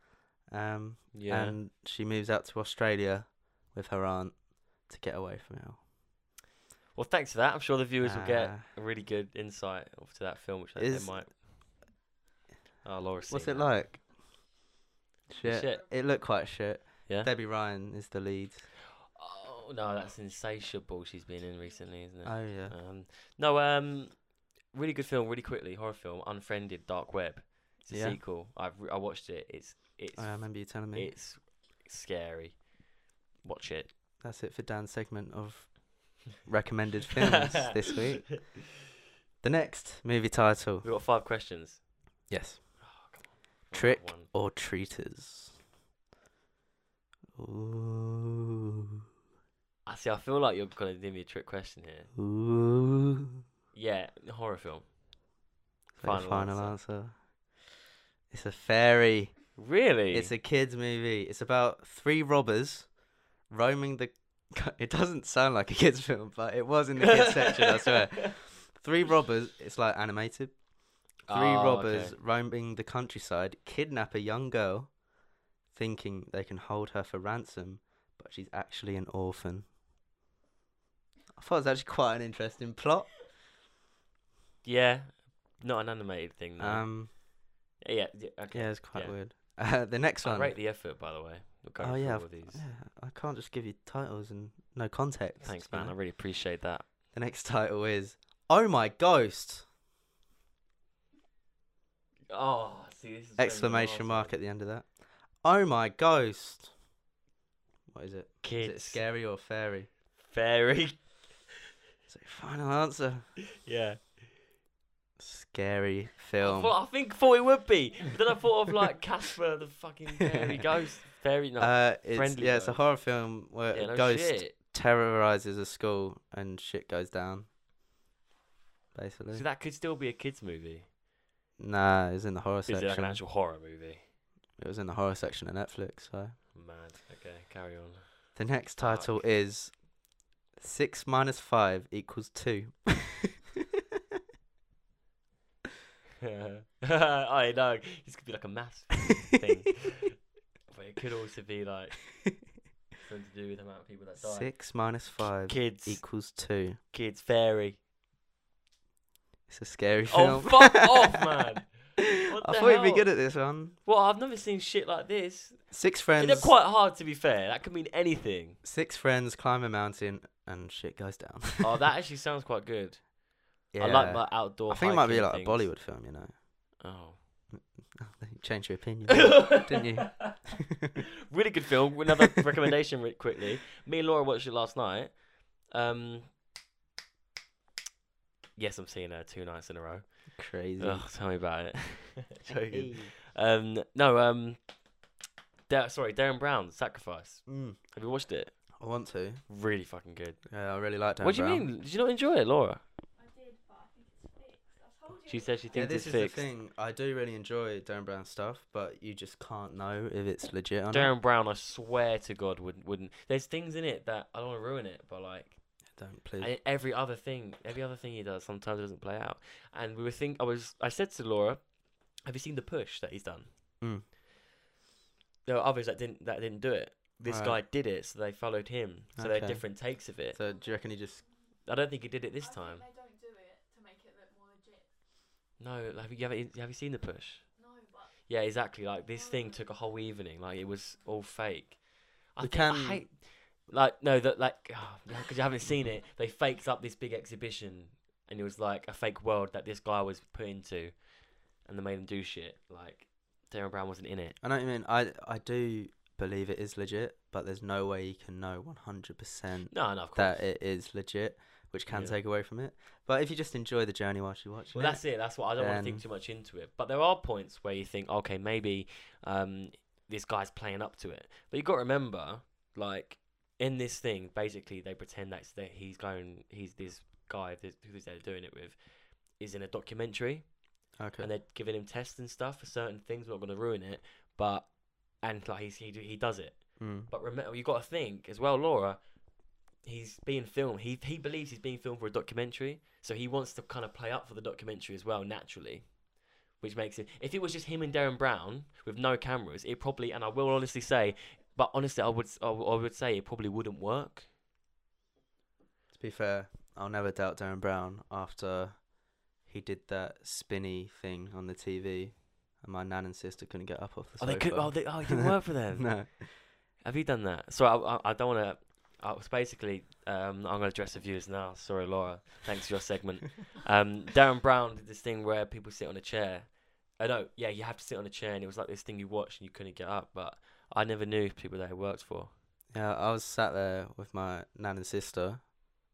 Speaker 1: Um,
Speaker 2: yeah.
Speaker 1: And she moves out to Australia with her aunt to get away from it all.
Speaker 2: Well, thanks for that. I'm sure the viewers will get
Speaker 1: Uh,
Speaker 2: a really good insight to that film, which they,
Speaker 1: Is-
Speaker 2: they might. Oh, Laura's
Speaker 1: What's
Speaker 2: seen
Speaker 1: it
Speaker 2: that.
Speaker 1: like? Shit.
Speaker 2: Shit.
Speaker 1: It looked quite shit.
Speaker 2: Yeah.
Speaker 1: Debbie Ryan is the lead.
Speaker 2: Oh no, that's insatiable. She's been in recently, isn't it?
Speaker 1: Oh yeah.
Speaker 2: Um, no, um, really good film. Really quickly, horror film. Unfriended, Dark Web. It's a
Speaker 1: Yeah.
Speaker 2: sequel. I've re- I watched it. It's it's
Speaker 1: Oh, I remember you telling me.
Speaker 2: it's scary. Watch it.
Speaker 1: That's it for Dan's segment of recommended films this week. The next movie title.
Speaker 2: We've got five questions.
Speaker 1: Yes.
Speaker 2: Not
Speaker 1: Trick
Speaker 2: one.
Speaker 1: or treaters. Ooh.
Speaker 2: I see. I feel like you're gonna give me a trick question here.
Speaker 1: Ooh.
Speaker 2: Yeah, horror film.
Speaker 1: Is that your
Speaker 2: Final
Speaker 1: final answer. It's a fairy.
Speaker 2: Really?
Speaker 1: It's a kids movie. It's about three robbers roaming the. It doesn't sound like a kids film, but it was in the kids section. I swear. Three robbers. It's like animated. Three robbers roaming the countryside kidnap a young girl, thinking they can hold her for ransom, but she's actually an orphan. I thought it was actually quite an interesting plot.
Speaker 2: Yeah, not an animated thing. Though.
Speaker 1: Um,
Speaker 2: yeah, yeah, okay.
Speaker 1: yeah, it's quite
Speaker 2: yeah.
Speaker 1: weird. Uh, the next
Speaker 2: I
Speaker 1: one.
Speaker 2: rate the effort, by the way. We're going
Speaker 1: Oh,
Speaker 2: through
Speaker 1: yeah,
Speaker 2: all these.
Speaker 1: Yeah, I can't just give you titles and no context.
Speaker 2: Thanks,
Speaker 1: you
Speaker 2: man. I
Speaker 1: know.
Speaker 2: really appreciate that.
Speaker 1: The next title is Oh My Ghost!
Speaker 2: Oh, see, this is
Speaker 1: Exclamation mark at the end of that. Oh My Ghost! What is it? Is
Speaker 2: Kids,
Speaker 1: it scary or fairy?
Speaker 2: fairy.
Speaker 1: So final answer.
Speaker 2: yeah.
Speaker 1: Scary
Speaker 2: I,
Speaker 1: film.
Speaker 2: thought, I think thought it would be, but then I thought of like Casper, the fucking fairy ghost, fairy. No,
Speaker 1: Uh, it's,
Speaker 2: friendly
Speaker 1: yeah, it's a
Speaker 2: ghost.
Speaker 1: horror film where
Speaker 2: yeah, no
Speaker 1: a ghost
Speaker 2: shit.
Speaker 1: terrorizes a school and shit goes down. Basically,
Speaker 2: So that could still be a kids movie.
Speaker 1: nah, it was in the horror
Speaker 2: Is it
Speaker 1: section.
Speaker 2: like an actual horror movie?
Speaker 1: It was in the horror section of Netflix. So
Speaker 2: Mad. Okay, carry on.
Speaker 1: the next title is six minus five equals two.
Speaker 2: I know. This could be like a maths thing. but it could also be like something to do with the amount of people that die.
Speaker 1: Six minus five
Speaker 2: Kids,
Speaker 1: equals two.
Speaker 2: kids, fairy.
Speaker 1: It's a scary
Speaker 2: Oh,
Speaker 1: film.
Speaker 2: fuck off, man. What
Speaker 1: I
Speaker 2: the
Speaker 1: thought you'd be
Speaker 2: hell?
Speaker 1: good at this one.
Speaker 2: Well, I've never seen shit like this.
Speaker 1: Six
Speaker 2: And
Speaker 1: friends.
Speaker 2: they're quite hard, to be fair. That could mean anything.
Speaker 1: Six friends climb a mountain and shit goes down.
Speaker 2: Oh, that actually sounds quite good.
Speaker 1: yeah.
Speaker 2: I like my outdoor.
Speaker 1: I think it might be like
Speaker 2: hiking
Speaker 1: a
Speaker 2: things.
Speaker 1: Bollywood film, you know.
Speaker 2: Oh.
Speaker 1: You changed your opinion.
Speaker 2: Didn't
Speaker 1: didn't you?
Speaker 2: really good film. Another recommendation, re- quickly. Me and Laura watched it last night. Um, yes, I'm seeing her two nights in a row.
Speaker 1: Crazy.
Speaker 2: Ugh, tell me about it.
Speaker 1: Hey.
Speaker 2: Joking. Um, no. Um, Da- sorry, Darren Brown, Sacrifice.
Speaker 1: Mm,
Speaker 2: Have you watched it?
Speaker 1: I want to.
Speaker 2: Really fucking good.
Speaker 1: Yeah, I really like that.
Speaker 2: what do you mean? Did you not enjoy it, Laura?
Speaker 3: I did, but I think it's fixed. I told you.
Speaker 2: She
Speaker 3: it was
Speaker 2: said she
Speaker 3: fixed.
Speaker 1: Yeah,
Speaker 2: thinks
Speaker 1: this is
Speaker 2: it's fixed.
Speaker 1: the thing. I do really enjoy Darren Brown stuff, but you just can't know if it's legit or not.
Speaker 2: Darren Brown, I swear to God, wouldn't wouldn't. There's things in it that I don't want to ruin it, but like
Speaker 1: Don't please.
Speaker 2: I, every other thing, every other thing he does sometimes doesn't play out. And we were think I was I said to Laura, "Have you seen the push that he's done?"
Speaker 1: Mm.
Speaker 2: There were others that didn't that didn't do it. This
Speaker 1: Right.
Speaker 2: guy did it, so they followed him. So they're
Speaker 1: Okay.
Speaker 2: different takes of it.
Speaker 1: so do you reckon he just?
Speaker 2: I don't think he did it
Speaker 3: I
Speaker 2: this
Speaker 3: think
Speaker 2: time.
Speaker 3: They don't do it to make it look more legit.
Speaker 2: No, like, have you haven't- e, have you seen the push?
Speaker 3: No, but
Speaker 2: Yeah, exactly. Like this thing took a whole evening. Like it was all fake. I
Speaker 1: We
Speaker 2: think I
Speaker 1: can-
Speaker 2: hate. Like no, that like because you haven't seen it. They faked up this big exhibition, and it was like a fake world that this guy was put into, and they made him do shit. Like Darren Brown wasn't in it.
Speaker 1: I know what you mean. I I do believe it is legit, but there's no way you can know 100 percent
Speaker 2: No, no, of course.
Speaker 1: that it is legit, which can
Speaker 2: Yeah.
Speaker 1: take away from it. But if you just enjoy the journey whilst you watch
Speaker 2: well,
Speaker 1: it,
Speaker 2: that's it. That's what I don't want to think
Speaker 1: then-
Speaker 2: too much into it. But there are points where you think, okay, maybe um, this guy's playing up to it. But you got to remember, like in this thing, basically they pretend that's that he's going, he's this guy that- who they're doing it with is in a documentary,
Speaker 1: okay.
Speaker 2: and they're giving him tests and stuff for certain things. We're not going to ruin it, but and like he's, he do- he does it.
Speaker 1: Mm.
Speaker 2: But remember, you got to think as well, Laura. He's being filmed. He he believes he's being filmed for a documentary, so he wants to kind of play up for the documentary as well, naturally, which makes it. If it was just him and Darren Brown with no cameras, it probably. And I will honestly say, but honestly, I would I would I would say it probably wouldn't work.
Speaker 1: To be fair, I'll never doubt Darren Brown after he did that spinny thing on the TV, and my nan and sister couldn't get up off the
Speaker 2: Oh,
Speaker 1: sofa.
Speaker 2: they could. Oh, they, oh, it didn't work for them.
Speaker 1: no.
Speaker 2: Have you done that? So I, I, I don't want to. I was basically, um, I'm going to address the viewers now. Sorry, Laura. Thanks for your segment. um, Darren Brown did this thing where people sit on a chair. I know, yeah, you have to sit on a chair, and it was like this thing you watched and you couldn't get up. But I never knew people that it worked for.
Speaker 1: Yeah, I was sat there with my nan and sister.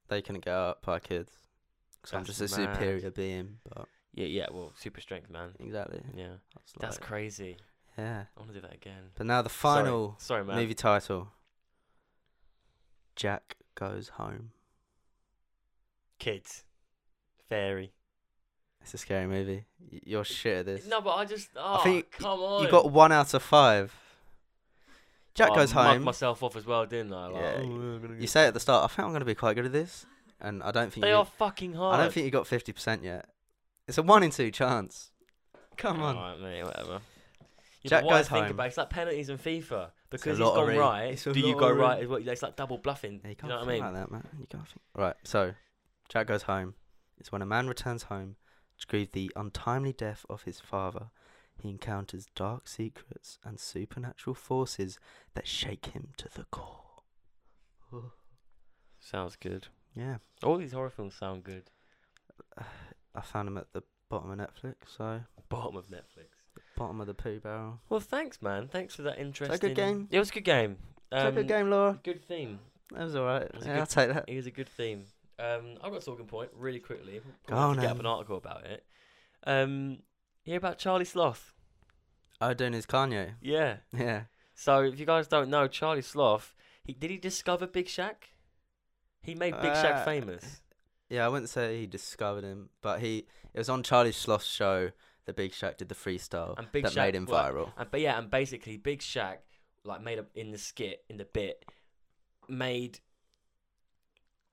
Speaker 1: They couldn't get up, but I could. 'cause I'm
Speaker 2: That's
Speaker 1: just a
Speaker 2: mad.
Speaker 1: superior being, but
Speaker 2: Yeah, yeah. Well, super strength, man.
Speaker 1: exactly.
Speaker 2: Yeah,
Speaker 1: I was
Speaker 2: that's
Speaker 1: like,
Speaker 2: crazy.
Speaker 1: Yeah.
Speaker 2: I want to do that again.
Speaker 1: But now the
Speaker 2: Sorry.
Speaker 1: final
Speaker 2: Sorry, man.
Speaker 1: movie title Jack Goes Home.
Speaker 2: Kids, fairy.
Speaker 1: It's a scary movie. Y- You're shit at this.
Speaker 2: No, but I just. Oh,
Speaker 1: think y-
Speaker 2: come on.
Speaker 1: You got one out of five. Jack
Speaker 2: Oh, I
Speaker 1: Goes
Speaker 2: mugged
Speaker 1: Home.
Speaker 2: myself off as well, didn't I? Like,
Speaker 1: Yeah,
Speaker 2: oh,
Speaker 1: you-
Speaker 2: I'm gonna
Speaker 1: You
Speaker 2: get-
Speaker 1: say at the start, I think I'm going to be quite good at this. And I don't think
Speaker 2: they
Speaker 1: you,
Speaker 2: are fucking hard.
Speaker 1: I don't think you got 50% yet. It's a one in two chance. Come on.
Speaker 2: Alright, mate, whatever. Yeah,
Speaker 1: Jack
Speaker 2: but what
Speaker 1: goes
Speaker 2: I think
Speaker 1: home.
Speaker 2: about it's like penalties in FIFA because it's gone
Speaker 1: lottery.
Speaker 2: right.
Speaker 1: It's
Speaker 2: do
Speaker 1: a
Speaker 2: you go
Speaker 1: lottery.
Speaker 2: right? as well? It's like double bluffing.
Speaker 1: Yeah, you
Speaker 2: you
Speaker 1: can't
Speaker 2: know what I
Speaker 1: think
Speaker 2: mean?
Speaker 1: like that, man. You can't think. Right, so Jack goes home. It's when a man returns home to grieve the untimely death of his father. He encounters dark secrets and supernatural forces that shake him to the core. Ooh.
Speaker 2: Sounds good.
Speaker 1: Yeah,
Speaker 2: All these horror films sound good.
Speaker 1: I found him at the bottom of Netflix, so
Speaker 2: Bottom of Netflix.
Speaker 1: bottom of the poo barrel.
Speaker 2: Well, thanks, man. Thanks for that interesting.
Speaker 1: game?
Speaker 2: It was a good game.
Speaker 1: It's a
Speaker 2: Um,
Speaker 1: good game, Laura.
Speaker 2: Good theme.
Speaker 1: That was alright.
Speaker 2: was a
Speaker 1: Yeah,
Speaker 2: good-
Speaker 1: I'll take that.
Speaker 2: It was a good theme. Um, I've got a talking point really quickly.
Speaker 1: Go
Speaker 2: Probably
Speaker 1: on
Speaker 2: could get up
Speaker 1: then.
Speaker 2: an article about it. Um, hear about Charlie Sloth?
Speaker 1: Oh, doing his Kanye.
Speaker 2: Yeah.
Speaker 1: Yeah.
Speaker 2: So if you guys don't know, Charlie Sloth, he did he discover Big Shaq? He made Big Shaq
Speaker 1: Uh,
Speaker 2: famous.
Speaker 1: Yeah, I wouldn't say he discovered him, but he it was on Charlie Sloth's show that Big Shaq did the freestyle
Speaker 2: And Big
Speaker 1: that
Speaker 2: Shaq
Speaker 1: made him
Speaker 2: worked-
Speaker 1: viral.
Speaker 2: And but yeah, and basically Big Shaq, like made up in the skit, in the bit, made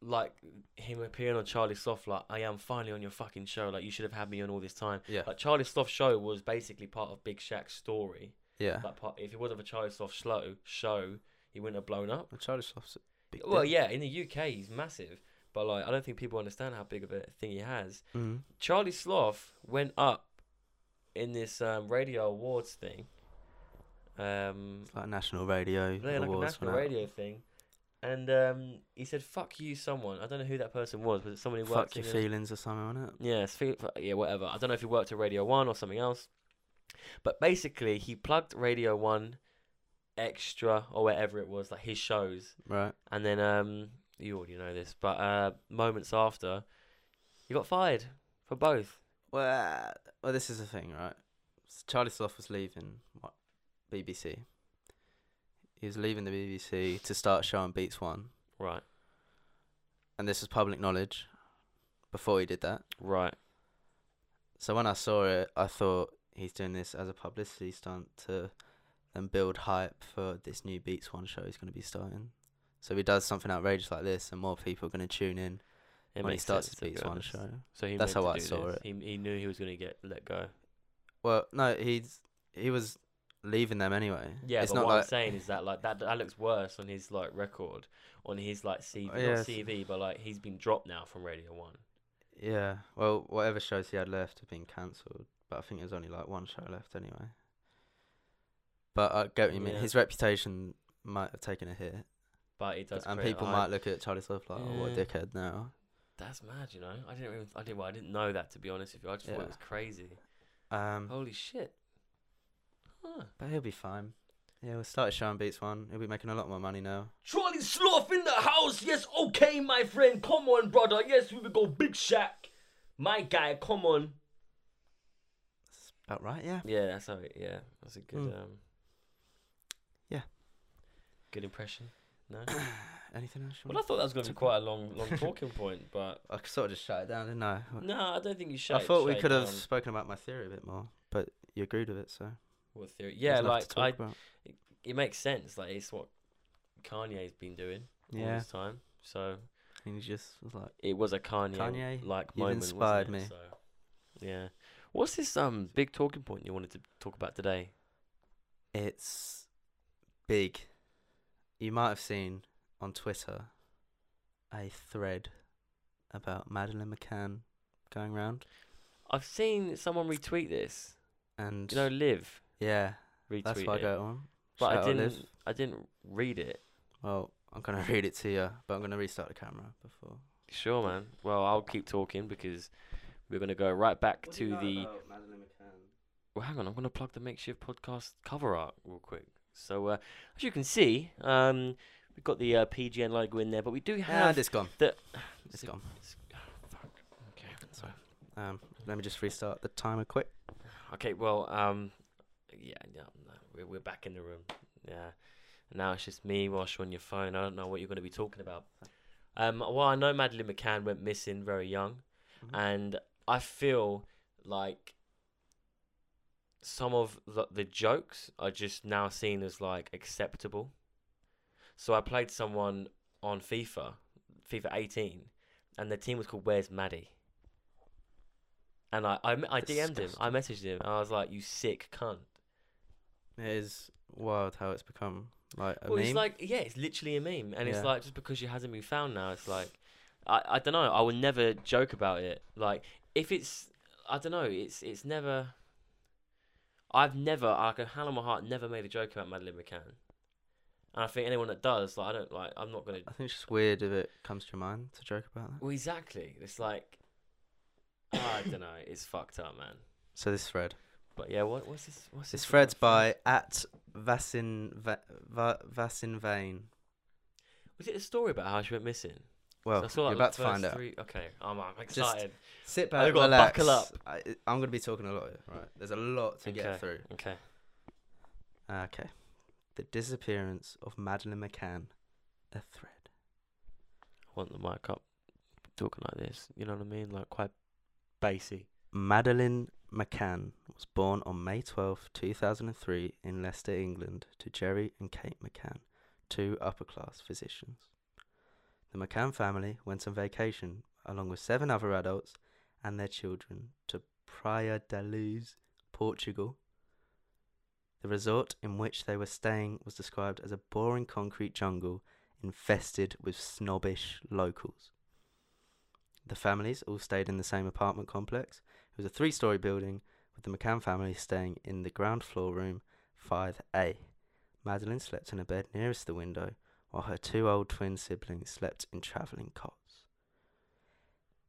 Speaker 2: like him appearing on Charlie Sloth like, I am finally on your fucking show, like you should have had me on all this time.
Speaker 1: Yeah,
Speaker 2: Like Charlie Sloth's show was basically part of Big Shaq's story.
Speaker 1: yeah.
Speaker 2: Like part, if it wasn't for Charlie Sloth's show show, he wouldn't have blown up.
Speaker 1: Well, Charlie Sloth's a big.
Speaker 2: Well, yeah, in the UK he's massive. But like I don't think people understand how big of a thing he has.
Speaker 1: Mm.
Speaker 2: Charlie Sloth went up in this um, radio awards thing. Um,
Speaker 1: Like national radio
Speaker 2: yeah, like a
Speaker 1: awards.
Speaker 2: national
Speaker 1: went out.
Speaker 2: radio thing. And um, he said, "Fuck you, someone." I don't know who that person was. Was it someone who worked?
Speaker 1: Fuck your
Speaker 2: in a-
Speaker 1: feelings or something on it.
Speaker 2: yeah, it's fe- f- yeah, whatever. I don't know if he worked at Radio One or something else, but basically he plugged Radio One extra or whatever it was, like his shows,
Speaker 1: Right.
Speaker 2: and then um, you already know this, but uh, moments after, he got fired for both.
Speaker 1: Well, uh, well, this is the thing, right? S- Charlie Sloth was leaving what BBC. He was leaving the BBC to start showing Beats One,
Speaker 2: Right,
Speaker 1: and this was public knowledge. Before he did that,
Speaker 2: right.
Speaker 1: So when I saw it, I thought he's doing this as a publicity stunt to then build hype for this new Beats One show he's going to be starting. So if he does something outrageous like this, and more people are going to tune in
Speaker 2: It
Speaker 1: when he
Speaker 2: makes
Speaker 1: starts his
Speaker 2: sense, to be
Speaker 1: Beats One
Speaker 2: honest.
Speaker 1: show.
Speaker 2: So he
Speaker 1: That's
Speaker 2: meant
Speaker 1: how
Speaker 2: to
Speaker 1: I
Speaker 2: do
Speaker 1: saw
Speaker 2: this.
Speaker 1: it.
Speaker 2: He, he knew he was going to get let go.
Speaker 1: Well, no, he's he was leaving them anyway.
Speaker 2: Yeah,
Speaker 1: it's
Speaker 2: but
Speaker 1: not
Speaker 2: what
Speaker 1: like
Speaker 2: I'm saying is that like that that looks worse on his like record, on his like CV,
Speaker 1: Yes.
Speaker 2: not CV, but like he's been dropped now from Radio One.
Speaker 1: yeah. Well, whatever shows he had left have been cancelled, but I think there's only like one show left anyway. But I get what you mean.
Speaker 2: Yeah.
Speaker 1: His reputation might have taken a hit,
Speaker 2: But it does,
Speaker 1: and
Speaker 2: create a
Speaker 1: people
Speaker 2: hype.
Speaker 1: might look at Charlie Sloth like, "Oh, what a
Speaker 2: Yeah.
Speaker 1: dickhead now."
Speaker 2: That's mad, you know. I didn't even, I didn't, well, I didn't know that to be honest with you. I just thought
Speaker 1: Yeah.
Speaker 2: it was crazy.
Speaker 1: Um,
Speaker 2: Holy shit. Huh.
Speaker 1: But he'll be fine. Yeah, we'll start showing Beats One. He'll be making a lot more money now.
Speaker 2: Charlie Sloth in the house. Yes, okay, my friend. Come on, brother. Yes, we will go Big Shaq. My guy, come on.
Speaker 1: That's about right, yeah.
Speaker 2: Yeah, that's how it, yeah. That's a good
Speaker 1: Mm.
Speaker 2: um
Speaker 1: Yeah.
Speaker 2: Good impression. No.
Speaker 1: Anything else? you
Speaker 2: Well, I
Speaker 1: want-
Speaker 2: thought that was going to be quite a long long talking point, but
Speaker 1: I sort of just shut it down, didn't I?
Speaker 2: no, I don't think you should.
Speaker 1: I thought we could have spoken about my theory a bit more, but you agreed with it, so.
Speaker 2: What theory?
Speaker 1: there's
Speaker 2: Yeah,
Speaker 1: nothing
Speaker 2: like
Speaker 1: to talk
Speaker 2: I
Speaker 1: about.
Speaker 2: it makes sense. Like it's what Kanye's been doing all
Speaker 1: Yeah,
Speaker 2: this time. So
Speaker 1: and he just was like,
Speaker 2: it was a Kanye,
Speaker 1: Kanye,
Speaker 2: like
Speaker 1: you've
Speaker 2: moment.
Speaker 1: inspired
Speaker 2: wasn't it?
Speaker 1: me.
Speaker 2: So, yeah. What's this um big talking point you wanted to talk about today?
Speaker 1: it's big. You might have seen on Twitter a thread about Madeline McCann going round?
Speaker 2: I've seen someone retweet this.
Speaker 1: And
Speaker 2: You know, Liv
Speaker 1: yeah,
Speaker 2: retweeted.
Speaker 1: that's why I
Speaker 2: it,
Speaker 1: go on.
Speaker 2: But
Speaker 1: Shout
Speaker 2: I
Speaker 1: out,
Speaker 2: didn't.
Speaker 1: Liv.
Speaker 2: I didn't read it.
Speaker 1: Well, I'm gonna read it to you, but I'm gonna restart the camera before.
Speaker 2: Sure, man. Well, I'll keep talking because we're gonna go right back to the. Well, hang on, I'm going to plug the makeshift podcast cover art real quick. So, uh, as you can see, um, we've got the uh, PGN logo in there, but we do have.
Speaker 1: and it's Ah, gone.
Speaker 2: the-
Speaker 1: It's gone.
Speaker 2: it's- oh, fuck. Okay.
Speaker 1: Sorry. Um, let me just restart the timer quick.
Speaker 2: Okay. Well, um, yeah, no, no, we're we're back in the room. Yeah. Now it's just me whilst you're on your phone. I don't know what you're going to be talking about. Um, well, I know Madeline McCann went missing very young,
Speaker 1: Mhm.
Speaker 2: and I feel like some of the, the jokes are just now seen as like acceptable. So I played someone on FIFA, FIFA 18, and the team was called Where's Maddie. And I, I, m- I DM'd him. I messaged him. And I was like, "You sick cunt."
Speaker 1: It is wild how it's become like a
Speaker 2: well,
Speaker 1: meme.
Speaker 2: it's like yeah, it's literally a meme, and
Speaker 1: Yeah.
Speaker 2: it's like just because she hasn't been found now, it's like I, I don't know. I would never joke about it. Like if it's I don't know. It's it's never. I've never I can hand on my heart never made a joke about Madeline McCann, and I think anyone that does like I don't like I'm not gonna.
Speaker 1: I think it's just weird if it comes to your mind to joke about that.
Speaker 2: Well, exactly. It's like I don't know. It's fucked up, man.
Speaker 1: So this thread,
Speaker 2: But yeah, what what's this? What's
Speaker 1: this
Speaker 2: this about
Speaker 1: thread's
Speaker 2: friends?
Speaker 1: by at Vasin Va, Va, Vasin Vane.
Speaker 2: Was it a story about how she went missing? 'Cause
Speaker 1: Well,
Speaker 2: I saw,
Speaker 1: Oh, you're
Speaker 2: like, the
Speaker 1: about to
Speaker 2: first
Speaker 1: find out.
Speaker 2: three- Okay, I'm, I'm
Speaker 1: Just-
Speaker 2: excited.
Speaker 1: Sit
Speaker 2: I've
Speaker 1: back,
Speaker 2: gotta
Speaker 1: relax.
Speaker 2: buckle up.
Speaker 1: I, I'm gonna be talking a lot. here, Right, there's a lot to get through.
Speaker 2: Okay.
Speaker 1: Okay. The disappearance of Madeline McCann, a thread.
Speaker 2: want the mic up talking like this. You know what I mean? Like quite bassy.
Speaker 1: Madeline McCann was born on May 12, 2003, in Leicester, England, to Jerry and Kate McCann, two upper class physicians. The McCann family went on vacation along with seven other adults and their children to Praia da Luz, Portugal. The resort in which they were staying was described as a boring concrete jungle infested with snobbish locals. The families all stayed in the same apartment complex. It was a three story building with the McCann family staying in the ground floor room 5A. Madeline slept in a bed nearest the window while her two old twin siblings slept in travelling cots.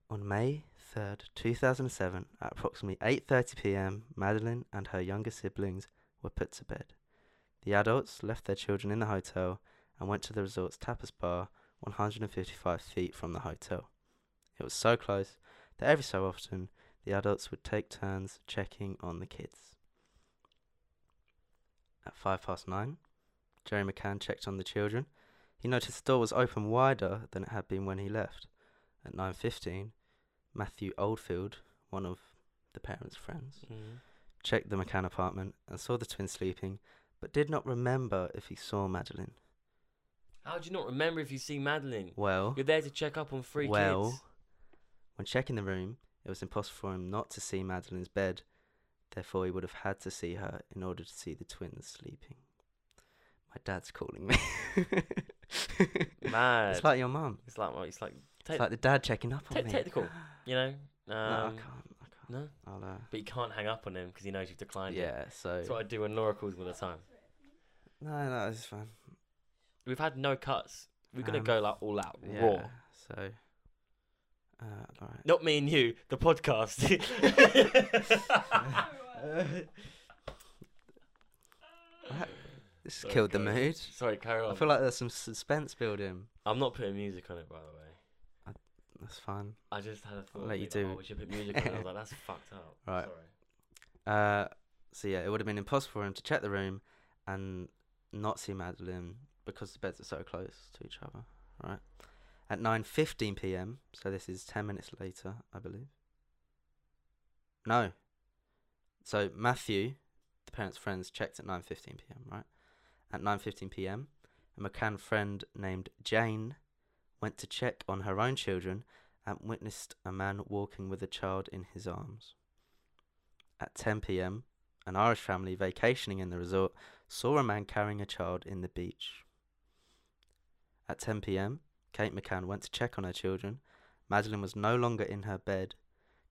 Speaker 1: On May 3rd, 2007, at approximately 8:30 p.m., Madeline and her younger siblings were put to bed. The adults left their children in the hotel and went to the resort's tapas bar 155 feet from the hotel. It was so close that every so often the adults would take turns checking on the kids. At five past nine, Jerry McCann checked on the children. He noticed the door was open wider than it had been when he left. At nine fifteen, Matthew Oldfield, one of the parents' friends, checked the McCann apartment and saw the twins sleeping, but did not remember if he saw Madeline.
Speaker 2: How do you not remember if you see Madeline?
Speaker 1: Well,
Speaker 2: You're there to check up on three
Speaker 1: well,
Speaker 2: kids.
Speaker 1: when checking the room, it was impossible for him not to see Madeline's bed. Therefore, he would have had to see her in order to see the twins sleeping. My dad's calling me.
Speaker 2: Mad.
Speaker 1: it's like your mum.
Speaker 2: it's like well, it's like
Speaker 1: It's
Speaker 2: Take-
Speaker 1: like the dad checking up on
Speaker 2: te-
Speaker 1: me.
Speaker 2: technical. you know.
Speaker 1: No, I
Speaker 2: Um,
Speaker 1: can't. I can't.
Speaker 2: no,
Speaker 1: I'll, uh,
Speaker 2: but you can't hang up on him because he knows you've declined. it.
Speaker 1: yeah.
Speaker 2: That's what
Speaker 1: So
Speaker 2: I do when Laura calls me all the time.
Speaker 1: no, no, it's fine.
Speaker 2: We've had no cuts. We're gonna
Speaker 1: Um,
Speaker 2: go like all out
Speaker 1: Yeah.
Speaker 2: raw.
Speaker 1: So. Uh, all right.
Speaker 2: Not me and you, the podcast.
Speaker 1: This
Speaker 2: Sorry,
Speaker 1: killed the
Speaker 2: carry on.
Speaker 1: mood.
Speaker 2: Sorry, carry on.
Speaker 1: I feel like there's some suspense building.
Speaker 2: I'm not putting music on it, by the way.
Speaker 1: That's fine.
Speaker 2: I just had a thought.
Speaker 1: let
Speaker 2: of
Speaker 1: you
Speaker 2: being like,
Speaker 1: do
Speaker 2: Oh,
Speaker 1: it."
Speaker 2: we should put music on. it." I was like, that's fucked up.
Speaker 1: Right.
Speaker 2: Sorry.
Speaker 1: Uh, so yeah, it would have been impossible for him to check the room and not see Madeline because the beds are so close to each other, right? At 9:15 p.m., so this is 10 minutes later, I believe. No. So Matthew, the parents' friends checked at 9:15 p.m., right? At 9:15 p.m., a McCann friend named Jane went to check on her own children and witnessed a man walking with a child in his arms. At 10 pm, an Irish family vacationing in the resort saw a man carrying a child in the beach. At 10 pm, Kate McCann went to check on her children Madeline was no longer in her bed.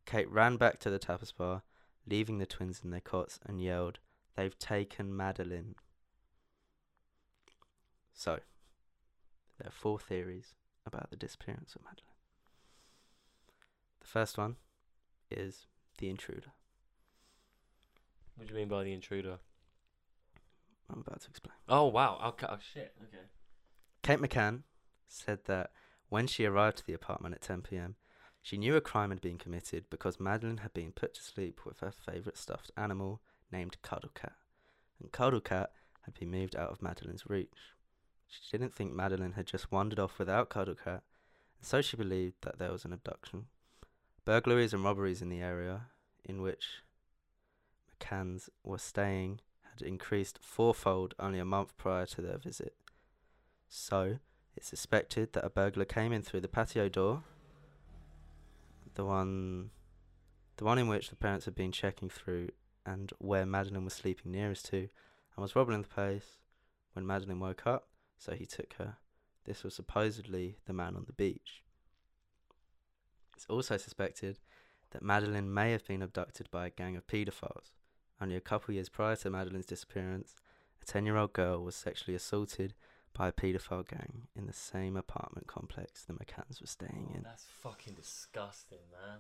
Speaker 1: Kate ran back to the tapas bar, leaving the twins in their cots, and yelled, They've taken Madeline. So, there are four theories about the disappearance of Madeline. The first one is the intruder.
Speaker 2: What do you mean by the intruder?
Speaker 1: I'm about to explain.
Speaker 2: Oh wow! I'll cut. Oh shit. Okay.
Speaker 1: Kate McCann said that when she arrived to the apartment at 10 pm, she knew a crime had been committed because Madeline had been put to sleep with her favourite stuffed animal named Cuddlecat, and Cuddlecat had been moved out of Madeline's reach. She didn't think Madeline had just wandered off without Cuddlecat, and so she believed that there was an abduction. Burglaries and robberies in the area in which McCanns were staying had increased fourfold only a month prior to their visit. So, it's suspected that a burglar came in through the patio door, the one, the one in which the parents had been checking through, and where Madeline was sleeping nearest to, and was robbing the place when Madeline woke up. So he took her. This was supposedly the man on the beach. It's also suspected that Madeline may have been abducted by a gang of paedophiles. Only a couple years prior to Madeline's disappearance, a 10 year old girl was sexually assaulted by a paedophile gang in the same apartment complex the McCanns were staying in.
Speaker 2: that's fucking disgusting, man.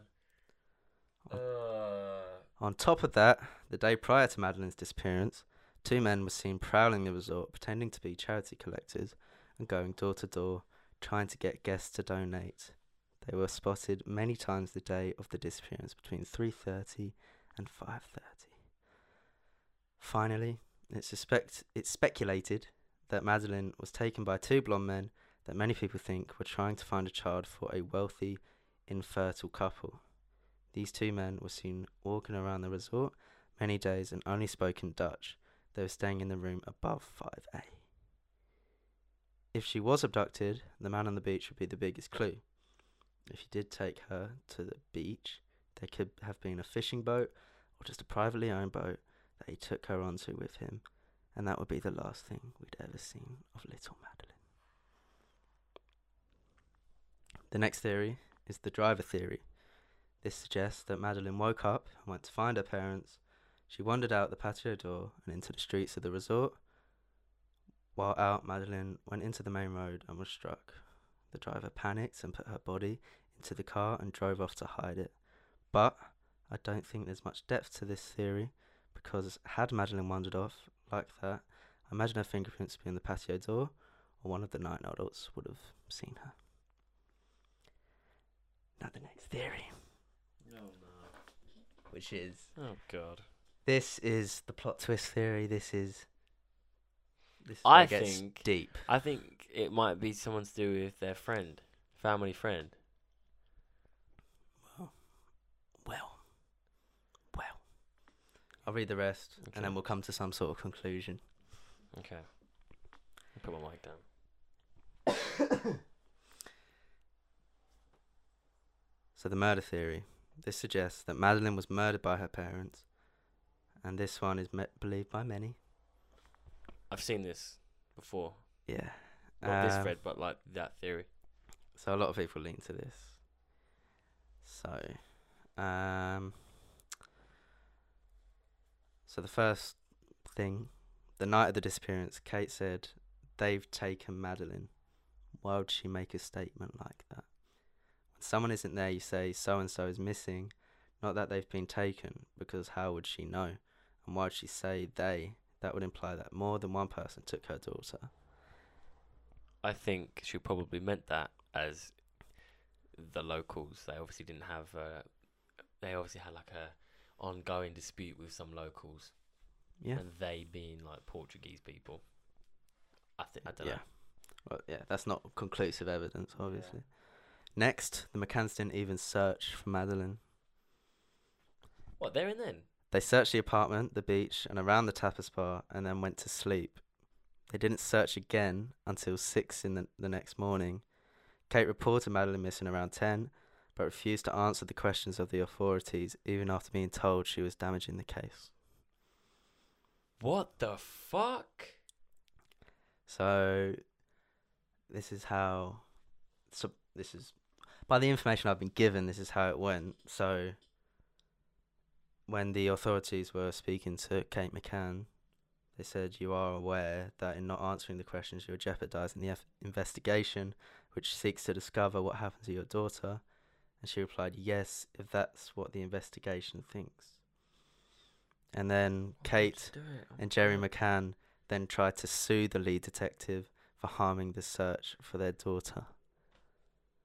Speaker 1: Oh.
Speaker 2: Uh,
Speaker 1: On top of that, the day prior to Madeline's disappearance, two men were seen prowling the resort, pretending to be charity collectors and going door to door, trying to get guests to donate. They were spotted many times the day of the disappearance between 3:30 and 5:30. Finally, it's suspect it's speculated that Madeline was taken by two blonde men that many people think were trying to find a child for a wealthy, infertile couple. These two men were seen walking around the resort many days and only spoke in Dutch. They were staying in the room above 5A. If she was abducted, the man on the beach would be the biggest clue. If he did take her to the beach, there could have been a fishing boat or just a privately owned boat that he took her onto with him, and that would be the last thing we'd ever seen of little Madeline. The next theory is the driver theory. This suggests that Madeline woke up and went to find her parents. She wandered out the patio door and into the streets of the resort. While out, Madeline went into the main road and was struck. The driver panicked and put her body into the car and drove off to hide it. But I don't think there's much depth to this theory because had Madeline wandered off like that, I imagine her fingerprints would be on the patio door or one of the nine adults would have seen her. Now, the next theory
Speaker 2: no, no.
Speaker 1: which is
Speaker 2: Oh god.
Speaker 1: this is the plot twist theory. This is this is
Speaker 2: I
Speaker 1: where it gets
Speaker 2: think-
Speaker 1: deep.
Speaker 2: I think it might be someone to do with their friend, family friend.
Speaker 1: Well, well, I'll read the rest, and
Speaker 2: Okay.
Speaker 1: then we'll come to some sort of conclusion.
Speaker 2: Okay. Put my mic down.
Speaker 1: So the murder theory. This suggests that Madeline was murdered by her parents, and this one is me- believed by many.
Speaker 2: I've seen this before.
Speaker 1: Yeah.
Speaker 2: Not this
Speaker 1: Um,
Speaker 2: thread, but like that theory.
Speaker 1: So a lot of people lean to this. So, um, so the first thing, the night of the disappearance, Kate said, "They've taken Madeline." Why would she make a statement like that? When someone isn't there, you say so and so is missing, not that they've been taken, because how would she know? And why would she say they? That would imply that more than one person took her daughter.
Speaker 2: I think she probably meant that as the locals. They obviously didn't have. Uh, they obviously had like a ongoing dispute with some locals,
Speaker 1: Yeah.
Speaker 2: and they being like Portuguese people. I think I don't
Speaker 1: yeah.
Speaker 2: know.
Speaker 1: Well, yeah, that's not conclusive evidence, obviously. Next, the McCanns didn't even search for Madeline.
Speaker 2: What there and then?
Speaker 1: They searched the apartment, the beach, and around the tapas bar, and then went to sleep. They didn't search again until 6 in the, the next morning. Kate reported Madeline missing around 10, but refused to answer the questions of the authorities, even after being told she was damaging the case.
Speaker 2: What the fuck?
Speaker 1: So, this is how. So this is by the information I've been given, this is how it went. So, when the authorities were speaking to Kate McCann, they said, You are aware that in not answering the questions, you're jeopardising the eff- investigation, which seeks to discover what happened to your daughter. And she replied, Yes, if that's what the investigation thinks. And then Kate and Jerry
Speaker 2: Mm.
Speaker 1: McCann then tried to sue the lead detective for harming the search for their daughter.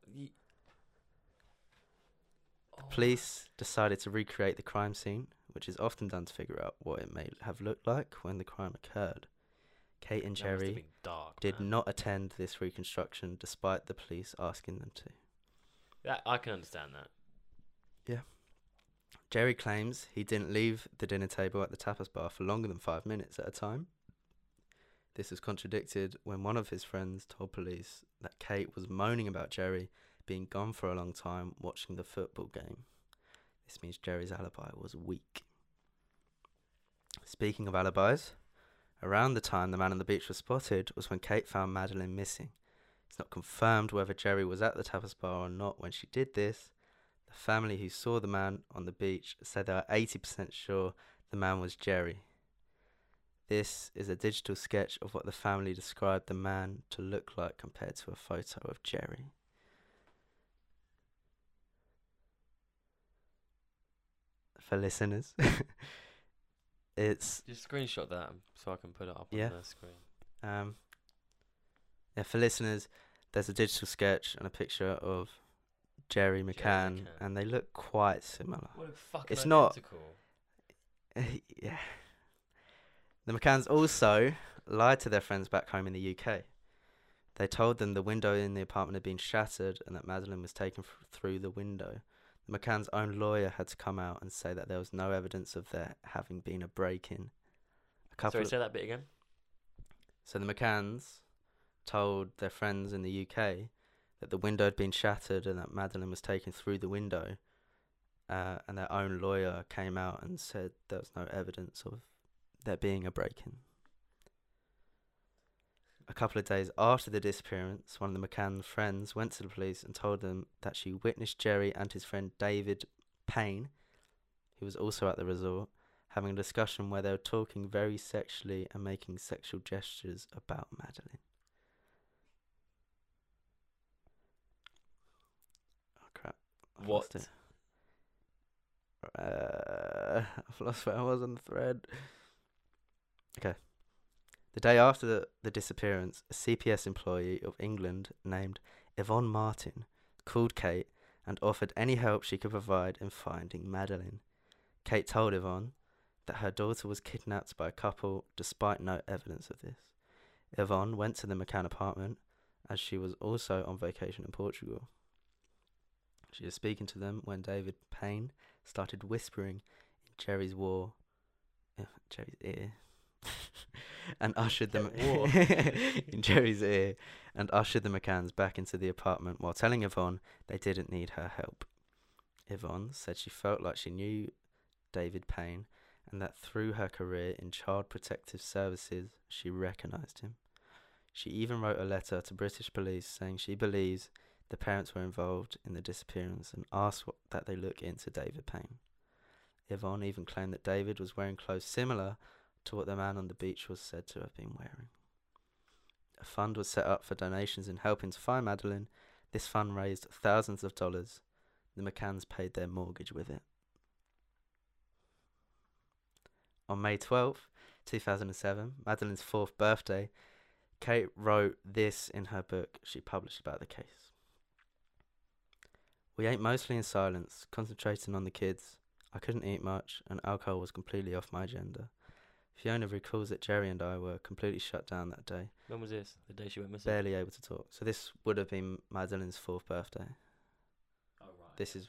Speaker 2: Ye- Oh,
Speaker 1: Police decided to recreate the crime scene, which is often done to figure out what it may have looked like when the crime occurred. Kate and
Speaker 2: Oh, that must have
Speaker 1: Jerry
Speaker 2: been dark,
Speaker 1: did
Speaker 2: man.
Speaker 1: not attend this reconstruction despite the police asking them to.
Speaker 2: That, I can understand that.
Speaker 1: Jerry claims he didn't leave the dinner table at the tapas bar for longer than five minutes at a time. This was contradicted when one of his friends told police that Kate was moaning about Jerry being gone for a long time watching the football game. This means Jerry's alibi was weak. Speaking of alibis, around the time the man on the beach was spotted was when Kate found Madeline missing. It's not confirmed whether Jerry was at the tapas bar or not when she did this, the family who saw the man on the beach said they are 80% sure the man was Jerry. This is a digital sketch of what the family described the man to look like compared to a photo of Jerry. For listeners, it's
Speaker 2: Just screenshot that so I can put it up
Speaker 1: Yeah.
Speaker 2: on the screen.
Speaker 1: um, yeah, for listeners, there's a digital sketch and a picture of Jerry
Speaker 2: Jerry
Speaker 1: McCann,
Speaker 2: McCann.
Speaker 1: and they look quite similar.
Speaker 2: What a fucking
Speaker 1: It's not-
Speaker 2: identical.
Speaker 1: yeah. The McCanns also lied to their friends back home in the UK. They told them the window in the apartment had been shattered and that Madeline was taken f- through the window. The McCann's own lawyer had to come out and say that there was no evidence of there having been a break in. A couple
Speaker 2: Sorry,
Speaker 1: of
Speaker 2: say that bit again.
Speaker 1: so the McCanns told their friends in the UK that the window had been shattered and that Madeline was taken through the window. Uh, and their own lawyer came out and said there was no evidence of there being a break in. A couple of days after the disappearance, one of the McCann friends went to the police and told them that she witnessed Jerry and his friend David Payne, who was also at the resort, having a discussion where they were talking very sexually and making sexual gestures about Madeline. Oh crap! I've lost
Speaker 2: What?
Speaker 1: it. Uh, I've lost where I was on the thread. Okay. The day after the, the disappearance, a CPS employee of England named Yvonne Martin called Kate and offered any help she could provide in finding Madeline. Kate told Yvonne that her daughter was kidnapped by a couple despite no evidence of this. Yvonne went to the McCann apartment as she was also on vacation in Portugal. She was speaking to them when David Payne started whispering in Jerry's war, uh, Jerry's ear, and ushered them
Speaker 2: War.
Speaker 1: in Jerry's ear, and ushered the McCanns back into the apartment while telling Yvonne they didn't need her help. Yvonne said she felt like she knew David Payne and that through her career in child protective services, she recognised him. She even wrote a letter to British police saying she believes the parents were involved in the disappearance and asked what, that they look into David Payne. Yvonne even claimed that David was wearing clothes similar to what the man on the beach was said to have been wearing. A fund was set up for donations and helping to find Madeline. This fund raised thousands of dollars. The McCanns paid their mortgage with it. On May 12th, 2007, Madeline's fourth birthday, Kate wrote this in her book she published about the case. We ate mostly in silence, concentrating on the kids. I couldn't eat much, and alcohol was completely off my agenda. Fiona recalls that Jerry and I were completely shut down that day
Speaker 2: When was this? The day she went missing.
Speaker 1: barely able to talk. So this would have been Madeline's fourth birthday.
Speaker 2: Oh, right.
Speaker 1: This is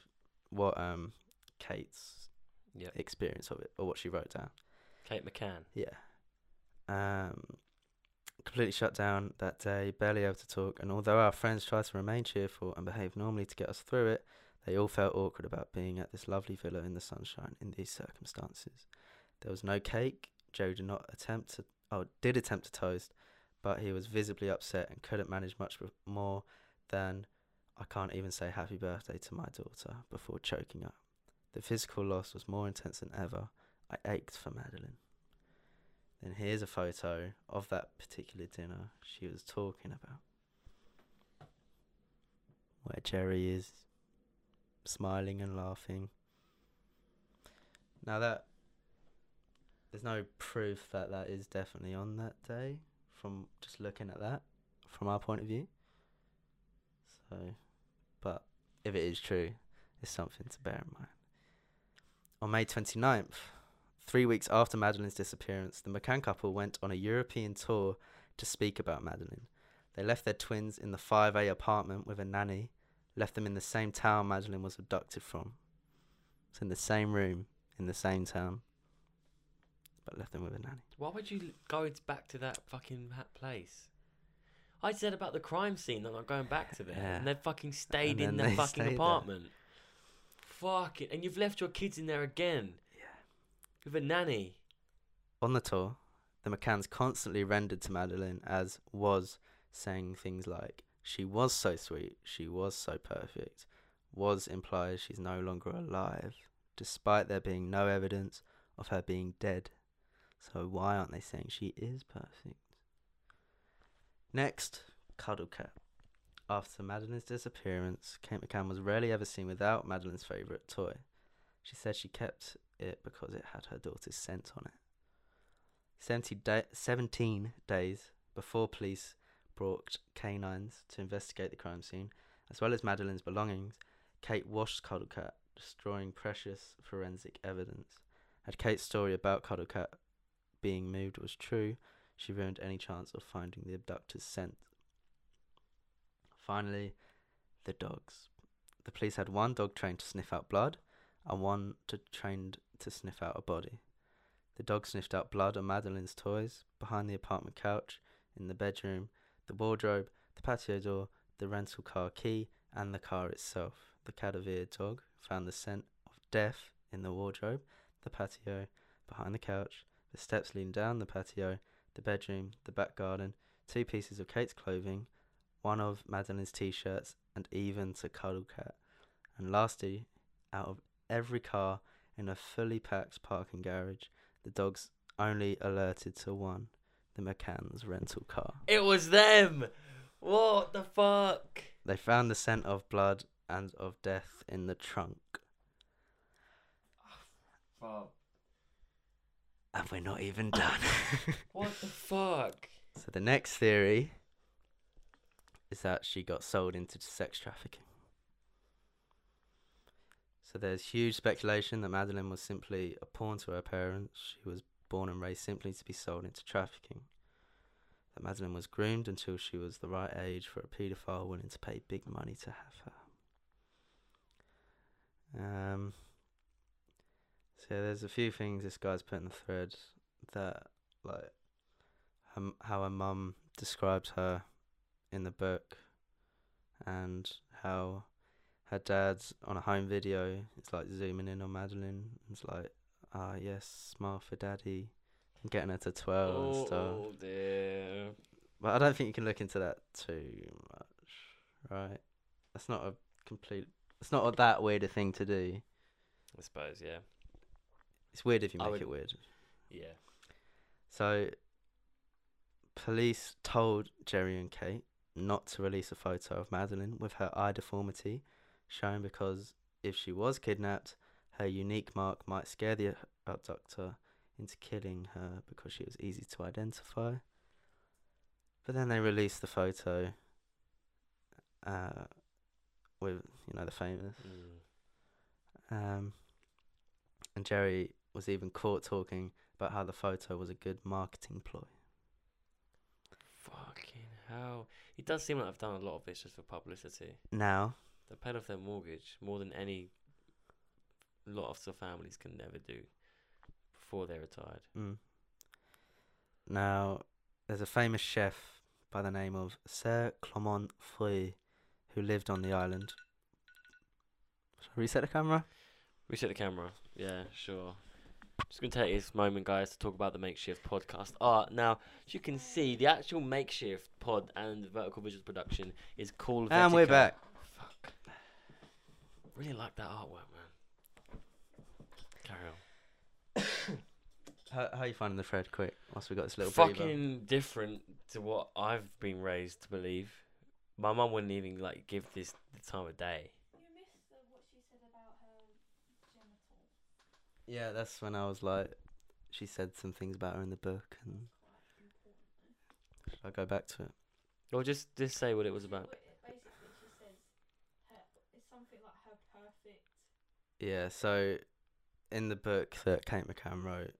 Speaker 1: what um Kate's
Speaker 2: Yeah.
Speaker 1: experience of it or what she wrote down.
Speaker 2: Kate McCann.
Speaker 1: Yeah. Um completely shut down that day, barely able to talk, and although our friends tried to remain cheerful and behave normally to get us through it, they all felt awkward about being at this lovely villa in the sunshine in these circumstances. There was no cake. Joe did not attempt to oh did attempt to toast, but he was visibly upset and couldn't manage much more than I can't even say happy birthday to my daughter before choking up. The physical loss was more intense than ever. I ached for Madeline. Then here's a photo of that particular dinner she was talking about. Where Jerry is smiling and laughing. Now that there's no proof that that is definitely on that day from just looking at that from our point of view. So, but if it is true, it's something to bear in mind. On May 29th, three weeks after Madeline's disappearance, the McCann couple went on a European tour to speak about Madeline. They left their twins in the 5A apartment with a nanny, left them in the same town Madeline was abducted from. It's in the same room, in the same town, but left them with a nanny.
Speaker 2: Why would you l- go ins- back to that fucking ha- place? I said about the crime scene that I'm going back to there,
Speaker 1: Yeah.
Speaker 2: and they fucking stayed
Speaker 1: And then
Speaker 2: in the
Speaker 1: they
Speaker 2: fucking
Speaker 1: stayed there.
Speaker 2: apartment. Fuck it, and you've left your kids in there again. Yeah. With a nanny.
Speaker 1: On the tour, the McCanns constantly rendered to Madeline as was, saying things like, She was so sweet, she was so perfect. Was implies she's no longer alive, despite there being no evidence of her being dead. So why aren't they saying she is perfect? Next, Cuddle Cat. After Madeline's disappearance, Kate McCann was rarely ever seen without Madeline's favourite toy. She said she kept it because it had her daughter's scent on it. 70 da 17 days before police brought canines to investigate the crime scene, as well as Madeline's belongings, Kate washed Cuddlecat, destroying precious forensic evidence. Had Kate's story about Cuddlecat being moved was true, she ruined any chance of finding the abductor's scent. Finally, the dogs. The police had one dog trained to sniff out blood and one to trained to sniff out a body. The dog sniffed out blood on Madeline's toys, behind the apartment couch, in the bedroom, the wardrobe, the patio door, the rental car key, and the car itself. The cadaver dog found the scent of death in the wardrobe, the patio, behind the couch, the steps leading down the patio, the bedroom, the back garden, two pieces of Kate's clothing, one of Madeline's t shirts, and even to Cuddle Cat. And lastly, out of every car in a fully packed parking garage, the dogs only alerted to one, the McCann's rental car.
Speaker 2: It was them! What the fuck?
Speaker 1: They found the scent of blood and of death in the trunk. And we're not even done.
Speaker 2: What the fuck?
Speaker 1: so the next theory is that she got sold into sex trafficking. So there's huge speculation that Madeline was simply a pawn to her parents. She was born and raised simply to be sold into trafficking. That Madeline was groomed until she was the right age for a paedophile willing to pay big money to have her. Um, so there's a few things this guy's put in the thread that, like, her, m- how her mum describes her in the book, and how her dad's on a home video. It's like zooming in on Madeline. It's like, ah, yes, smile for daddy, and getting her to twirl and stuff.
Speaker 2: oh dear.
Speaker 1: But I don't think you can look into that too much, right? That's not a complete. It's not that weird a thing to do.
Speaker 2: I suppose, yeah.
Speaker 1: It's weird if you
Speaker 2: I
Speaker 1: make
Speaker 2: would-
Speaker 1: it weird.
Speaker 2: Yeah.
Speaker 1: So, police told Jerry and Kate not to release a photo of Madeline with her eye deformity shown because if she was kidnapped, her unique mark might scare the abductor into killing her because she was easy to identify. But then they released the photo uh, with, you know, the famous
Speaker 2: Mm.
Speaker 1: um, and Jerry was even caught talking about how the photo was a good marketing ploy.
Speaker 2: Fucking hell. It does seem like I've done a lot of this just for publicity.
Speaker 1: Now,
Speaker 2: They paid off their mortgage more than any lot of the families can never do before they're retired.
Speaker 1: mm, now, there's a famous chef by the name of Sir Clement Foy who lived on the island. Shall I reset the camera?
Speaker 2: Reset the camera. Yeah, sure. Just gonna take this moment, guys, to talk about the makeshift podcast art. Now, as you can see, the actual makeshift pod and vertical visuals production is called.
Speaker 1: And we're
Speaker 2: Vertico.
Speaker 1: back.
Speaker 2: Fuck. Really like that artwork, man. Carry on.
Speaker 1: How how you finding the thread? Quick, whilst we got this little
Speaker 2: fucking
Speaker 1: Bieber.
Speaker 2: different to what I've been raised to believe. My mum wouldn't even like give this the time of day.
Speaker 3: You missed the, what she said about her genitals.
Speaker 1: Yeah, that's when I was like, she said some things about her in the book, and should I go back to it?
Speaker 2: Or just just say what it was
Speaker 3: She-
Speaker 2: about.
Speaker 3: what it- Basically, she says her, it's something like her perfect.
Speaker 1: Yeah, so in the book that Kate McCann wrote,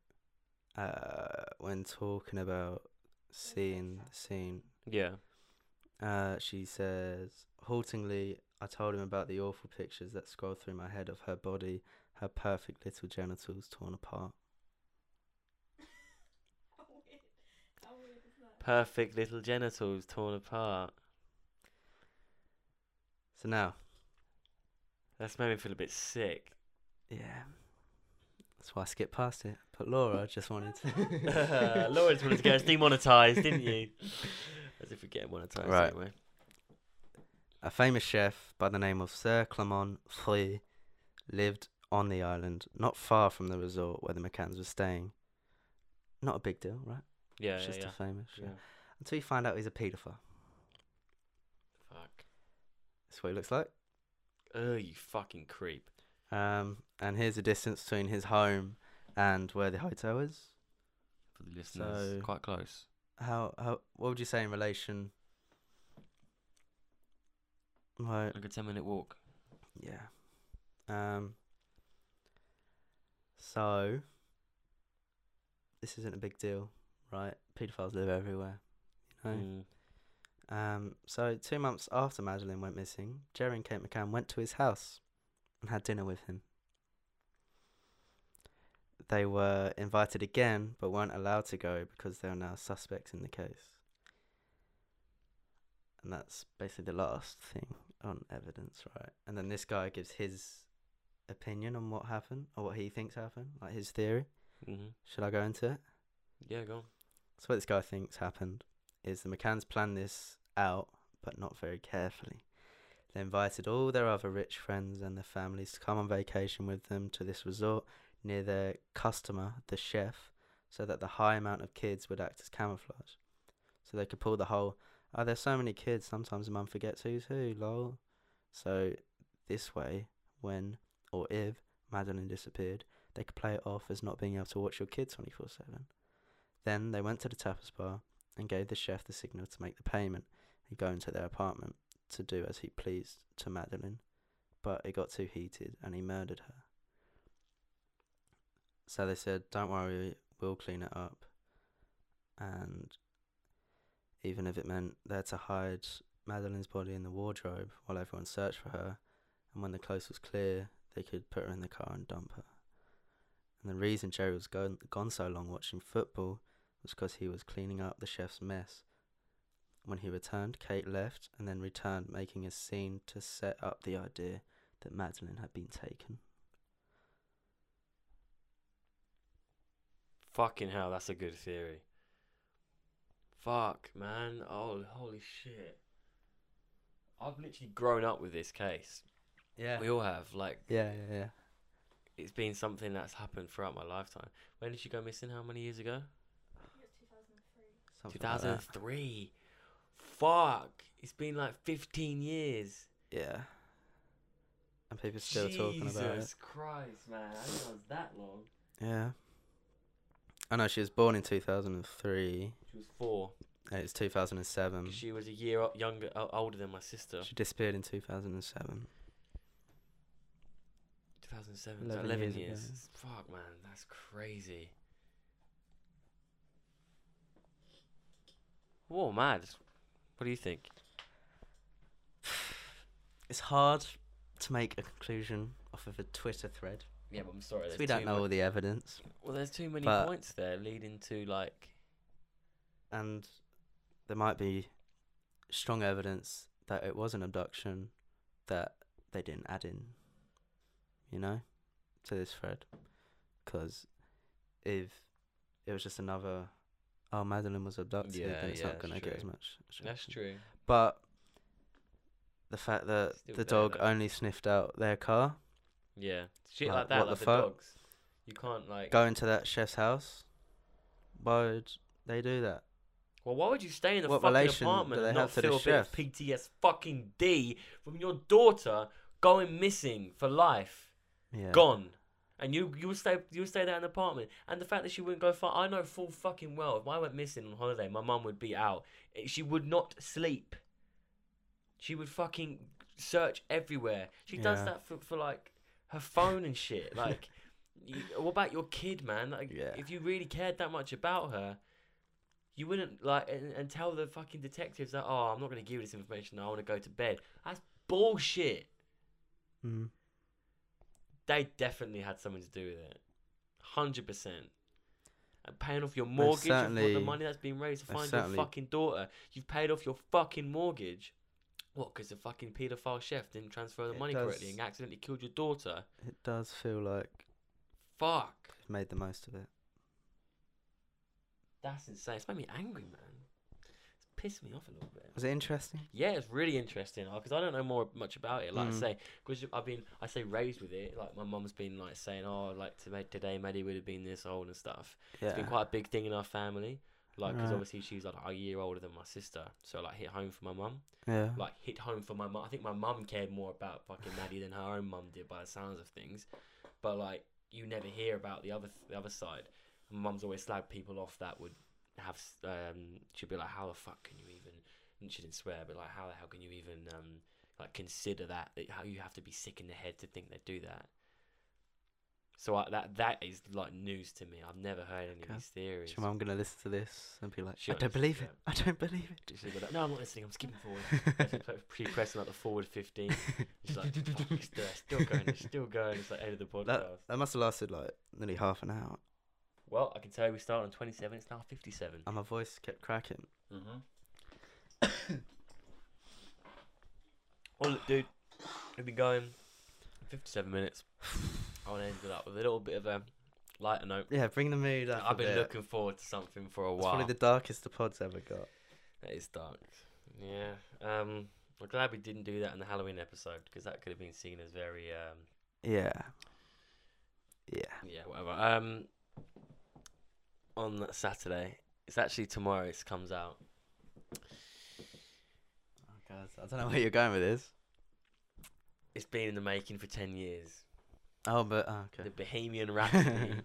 Speaker 1: uh, when talking about seeing the scene,
Speaker 2: Yeah.
Speaker 1: uh, she says haltingly, "I told him about the awful pictures that scrolled through my head of her body, her perfect little genitals torn apart."
Speaker 3: How weird, how weird is that?
Speaker 2: Perfect little genitals torn apart.
Speaker 1: So now,
Speaker 2: That's made me feel a bit sick.
Speaker 1: yeah, that's why I skipped past it. But Laura just wanted to.
Speaker 2: Laura just wanted to get us demonetized, didn't you? As if we get monetized
Speaker 1: Right.
Speaker 2: anyway.
Speaker 1: A famous chef by the name of Sir Clement Free lived on the island, not far from the resort where the McCanns were staying. Not a big deal, right?
Speaker 2: Yeah,
Speaker 1: it's
Speaker 2: yeah,
Speaker 1: just
Speaker 2: yeah.
Speaker 1: a famous chef.
Speaker 2: yeah.
Speaker 1: Until you find out he's a paedophile.
Speaker 2: Fuck.
Speaker 1: That's what he looks like.
Speaker 2: Oh, you fucking creep.
Speaker 1: Um, and here's the distance between his home and where the hotel is.
Speaker 2: For the listeners,
Speaker 1: So-
Speaker 2: quite close.
Speaker 1: How, how, what would you say in relation? Right,
Speaker 2: Like a ten minute walk.
Speaker 1: yeah. Um, so, this isn't a big deal, right? Paedophiles live everywhere, you know?
Speaker 2: Mm.
Speaker 1: Um, so two months after Madeline went missing, Jerry and Kate McCann went to his house and had dinner with him. They were invited again, but weren't allowed to go because they were now suspects in the case. And that's basically the last thing on evidence, right? And then this guy gives his opinion on what happened or what he thinks happened, like his theory.
Speaker 2: hmm
Speaker 1: Should I go into it?
Speaker 2: Yeah, go on.
Speaker 1: So what this guy thinks happened is the McCanns planned this out, but not very carefully. They invited all their other rich friends and their families to come on vacation with them to this resort near their customer, the chef, so that the high amount of kids would act as camouflage. So they could pull the whole, oh, there's so many kids, sometimes mum forgets who's who, lol. So this way, when or if Madeline disappeared, they could play it off as not being able to watch your kids 24 7. Then they went to the tapas bar and gave the chef the signal to make the payment and go into their apartment to do as he pleased to Madeline. But it got too heated and he murdered her. So they said, Don't worry, we'll clean it up. And even if it meant they had to hide Madeline's body in the wardrobe while everyone searched for her, and when the coast was clear, they could put her in the car and dump her. And the reason Jerry was gone, gone so long watching football was because he was cleaning up the chef's mess. When he returned, Kate left and then returned, making a scene to set up the idea that Madeline had been taken.
Speaker 2: Fucking hell, that's a good theory. Fuck, man. Oh, holy shit. I've literally grown up with this case.
Speaker 1: Yeah.
Speaker 2: We all have. Like,
Speaker 1: Yeah, yeah, yeah.
Speaker 2: it's been something that's happened throughout my lifetime. When did she go missing? How many years ago?
Speaker 3: It was 2003.
Speaker 1: Something like that.
Speaker 2: 2003. Fuck. It's been like 15 years.
Speaker 1: Yeah. And people still talking about it.
Speaker 2: Jesus Christ, man. I didn't know it was that long.
Speaker 1: Yeah. I know she was born in 2003.
Speaker 2: She was
Speaker 1: Mm.
Speaker 2: four.
Speaker 1: and It's 2007.
Speaker 2: 'cause She was a year o- younger, o- older than my sister.
Speaker 1: She disappeared in 2007.
Speaker 2: 2007, 11,
Speaker 1: 11
Speaker 2: 11
Speaker 1: years
Speaker 2: years.
Speaker 1: ago.
Speaker 2: Fuck, man, that's crazy. Whoa, mad. What do you think?
Speaker 1: It's hard to make a conclusion off of a Twitter thread.
Speaker 2: Yeah, but I'm sorry.
Speaker 1: 'cause we don't know all the evidence.
Speaker 2: Well, there's too many
Speaker 1: but-
Speaker 2: points there leading to, like,
Speaker 1: And there might be strong evidence that it was an abduction that they didn't add in, you know, to this thread. Because if it was just another, oh, Madeline was abducted,
Speaker 2: Yeah,
Speaker 1: then it's
Speaker 2: yeah,
Speaker 1: not going to
Speaker 2: that's
Speaker 1: get
Speaker 2: true.
Speaker 1: as much.
Speaker 2: that's
Speaker 1: attention.
Speaker 2: true.
Speaker 1: But the fact that
Speaker 2: Still
Speaker 1: the
Speaker 2: there,
Speaker 1: dog
Speaker 2: though.
Speaker 1: only sniffed out their car,
Speaker 2: Yeah, shit
Speaker 1: Like,
Speaker 2: like, that.
Speaker 1: what
Speaker 2: like
Speaker 1: the
Speaker 2: the,
Speaker 1: fuck?
Speaker 2: dogs. You can't like.
Speaker 1: going to that chef's house. Why would they do that?
Speaker 2: Well, why would you stay in the
Speaker 1: What
Speaker 2: fucking
Speaker 1: relation
Speaker 2: apartment
Speaker 1: do they
Speaker 2: and not
Speaker 1: have to the
Speaker 2: feel a bit of
Speaker 1: chef?
Speaker 2: PTS fucking D from your daughter going missing for life,
Speaker 1: Yeah.
Speaker 2: gone, and you you would stay you would stay there in the apartment, and the fact that she wouldn't go far. I know full fucking well if I went missing on holiday, my mum would be out. Eh, She would not sleep. She would fucking search everywhere. She does
Speaker 1: Yeah.
Speaker 2: that for, for like her phone and shit. Like, you, what about your kid, man? Like,
Speaker 1: Yeah.
Speaker 2: if you really cared that much about her, you wouldn't like and, and tell the fucking detectives that oh, I'm not going to give you this information. I want to go to bed. That's bullshit.
Speaker 1: Mm.
Speaker 2: They definitely had something to do with it. Hundred percent. And paying off your
Speaker 1: Most
Speaker 2: mortgage and what the
Speaker 1: certainly-
Speaker 2: money that's been raised to
Speaker 1: most
Speaker 2: find your
Speaker 1: certainly.
Speaker 2: fucking daughter. You've paid off your fucking mortgage. What? Because the fucking paedophile chef didn't transfer the
Speaker 1: It
Speaker 2: money correctly
Speaker 1: does-
Speaker 2: and accidentally killed your daughter.
Speaker 1: It does feel like
Speaker 2: Fuck.
Speaker 1: they've made the most of it.
Speaker 2: That's insane. It's made me angry, man. It's pissed me off a little bit.
Speaker 1: Was it interesting?
Speaker 2: Yeah, it's really interesting because I don't know more much about it. Like I
Speaker 1: Mm.
Speaker 2: say, because I've been, I say raised with it. Like my mum's been like saying, "Oh, like to make today, Maddie would have been this old and stuff." It's
Speaker 1: Yeah.
Speaker 2: been quite a big thing in our family. Like, because
Speaker 1: Right.
Speaker 2: obviously she's like a year older than my sister, so like hit home for my mum.
Speaker 1: yeah.
Speaker 2: Like hit home for my mum. I think my mum cared more about fucking Maddie than her own mum did, by the sounds of things. But like, you never hear about the other the other side. And my mum's always slagged people off that would have. s- Um, she'd be like, "How the fuck can you even?" And she didn't swear, but like, "How the hell can you even um like consider that? that How you have to be sick in the head to think they do that." So I, that that is like news to me. I've never heard any
Speaker 1: Okay.
Speaker 2: of these theories.
Speaker 1: Is your mum gonna listen to this and be like,
Speaker 2: She
Speaker 1: I
Speaker 2: won't
Speaker 1: don't
Speaker 2: listen,
Speaker 1: believe
Speaker 2: yeah.
Speaker 1: it. I don't believe
Speaker 2: She said, like, no, I'm not listening. I'm skipping forward. She's
Speaker 1: it.
Speaker 2: like, pre- pressing like the forward fifteen. She's like, "Fuck, it's still, it's still going, it's still going. It's like end of the podcast.
Speaker 1: that, that must have lasted like nearly half an hour,
Speaker 2: Well, I can tell you we started on 27. It's now 57.
Speaker 1: and my voice kept cracking.
Speaker 2: Mm-hmm.
Speaker 1: Mm-hmm.
Speaker 2: well, look, dude, we've been going 57 minutes. I want to end it up with a little bit of a lighter note.
Speaker 1: Yeah, bring the mood up.
Speaker 2: I've been
Speaker 1: a bit.
Speaker 2: looking forward to something for a
Speaker 1: It's
Speaker 2: while.
Speaker 1: probably the darkest the pod's ever got.
Speaker 2: That is dark. Yeah. Um, we're glad we didn't do that in the Halloween episode because that could have been seen as very um,
Speaker 1: Yeah. Yeah.
Speaker 2: Yeah, whatever. Um, on that Saturday, it's actually tomorrow. It comes out.
Speaker 1: Oh, God, I don't know where you're going with this.
Speaker 2: It's been in the making for ten years.
Speaker 1: Oh, but oh, okay.
Speaker 2: The Bohemian Rhapsody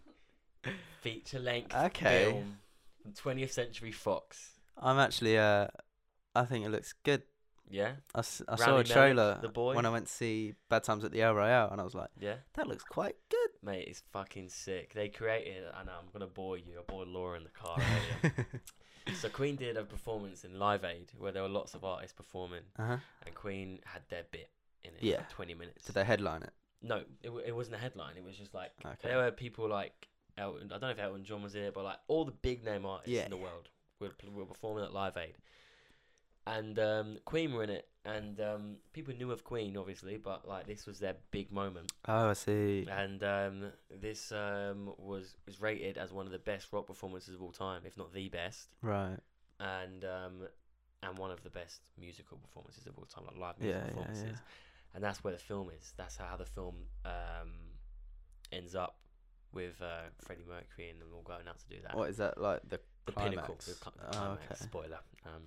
Speaker 2: feature-length
Speaker 1: Okay.
Speaker 2: film from 20th Century Fox.
Speaker 1: I'm actually. Uh, I think it looks good.
Speaker 2: Yeah,
Speaker 1: I, s- I
Speaker 2: Rami
Speaker 1: saw a
Speaker 2: Malek,
Speaker 1: trailer
Speaker 2: the boy.
Speaker 1: when I went to see Bad Times at the El Royale, and I was like,
Speaker 2: yeah,
Speaker 1: that looks quite good.
Speaker 2: mate, it's fucking sick. They created. I know. I'm gonna bore you. I bored Laura in the car earlier. so Queen did a performance in Live Aid where there were lots of artists performing,
Speaker 1: uh-huh.
Speaker 2: and Queen had their bit in it.
Speaker 1: Yeah.
Speaker 2: for 20 minutes.
Speaker 1: Did they headline it?
Speaker 2: No, it, wa- it wasn't a headline. It was just like
Speaker 1: Okay.
Speaker 2: there were people like Elton. I don't know if Elton John was in it, but like all the big name artists
Speaker 1: Yeah.
Speaker 2: in the world were, pl- were performing at Live Aid, and um, Queen were in it. And um, people knew of Queen, obviously, but like this was their big moment.
Speaker 1: Oh, I see.
Speaker 2: And um, this um, was was rated as one of the best rock performances of all time, if not the best,
Speaker 1: Right.
Speaker 2: and um, and one of the best musical performances of all time, like live music
Speaker 1: Yeah, yeah,
Speaker 2: performances
Speaker 1: yeah.
Speaker 2: and that's where the film is. That's how the film um, ends up with uh, Freddie Mercury and them all going out to do that.
Speaker 1: What is that like? The
Speaker 2: the pinnacle, the,
Speaker 1: climax?
Speaker 2: cli- the
Speaker 1: Oh,
Speaker 2: climax.
Speaker 1: okay.
Speaker 2: Spoiler. Um,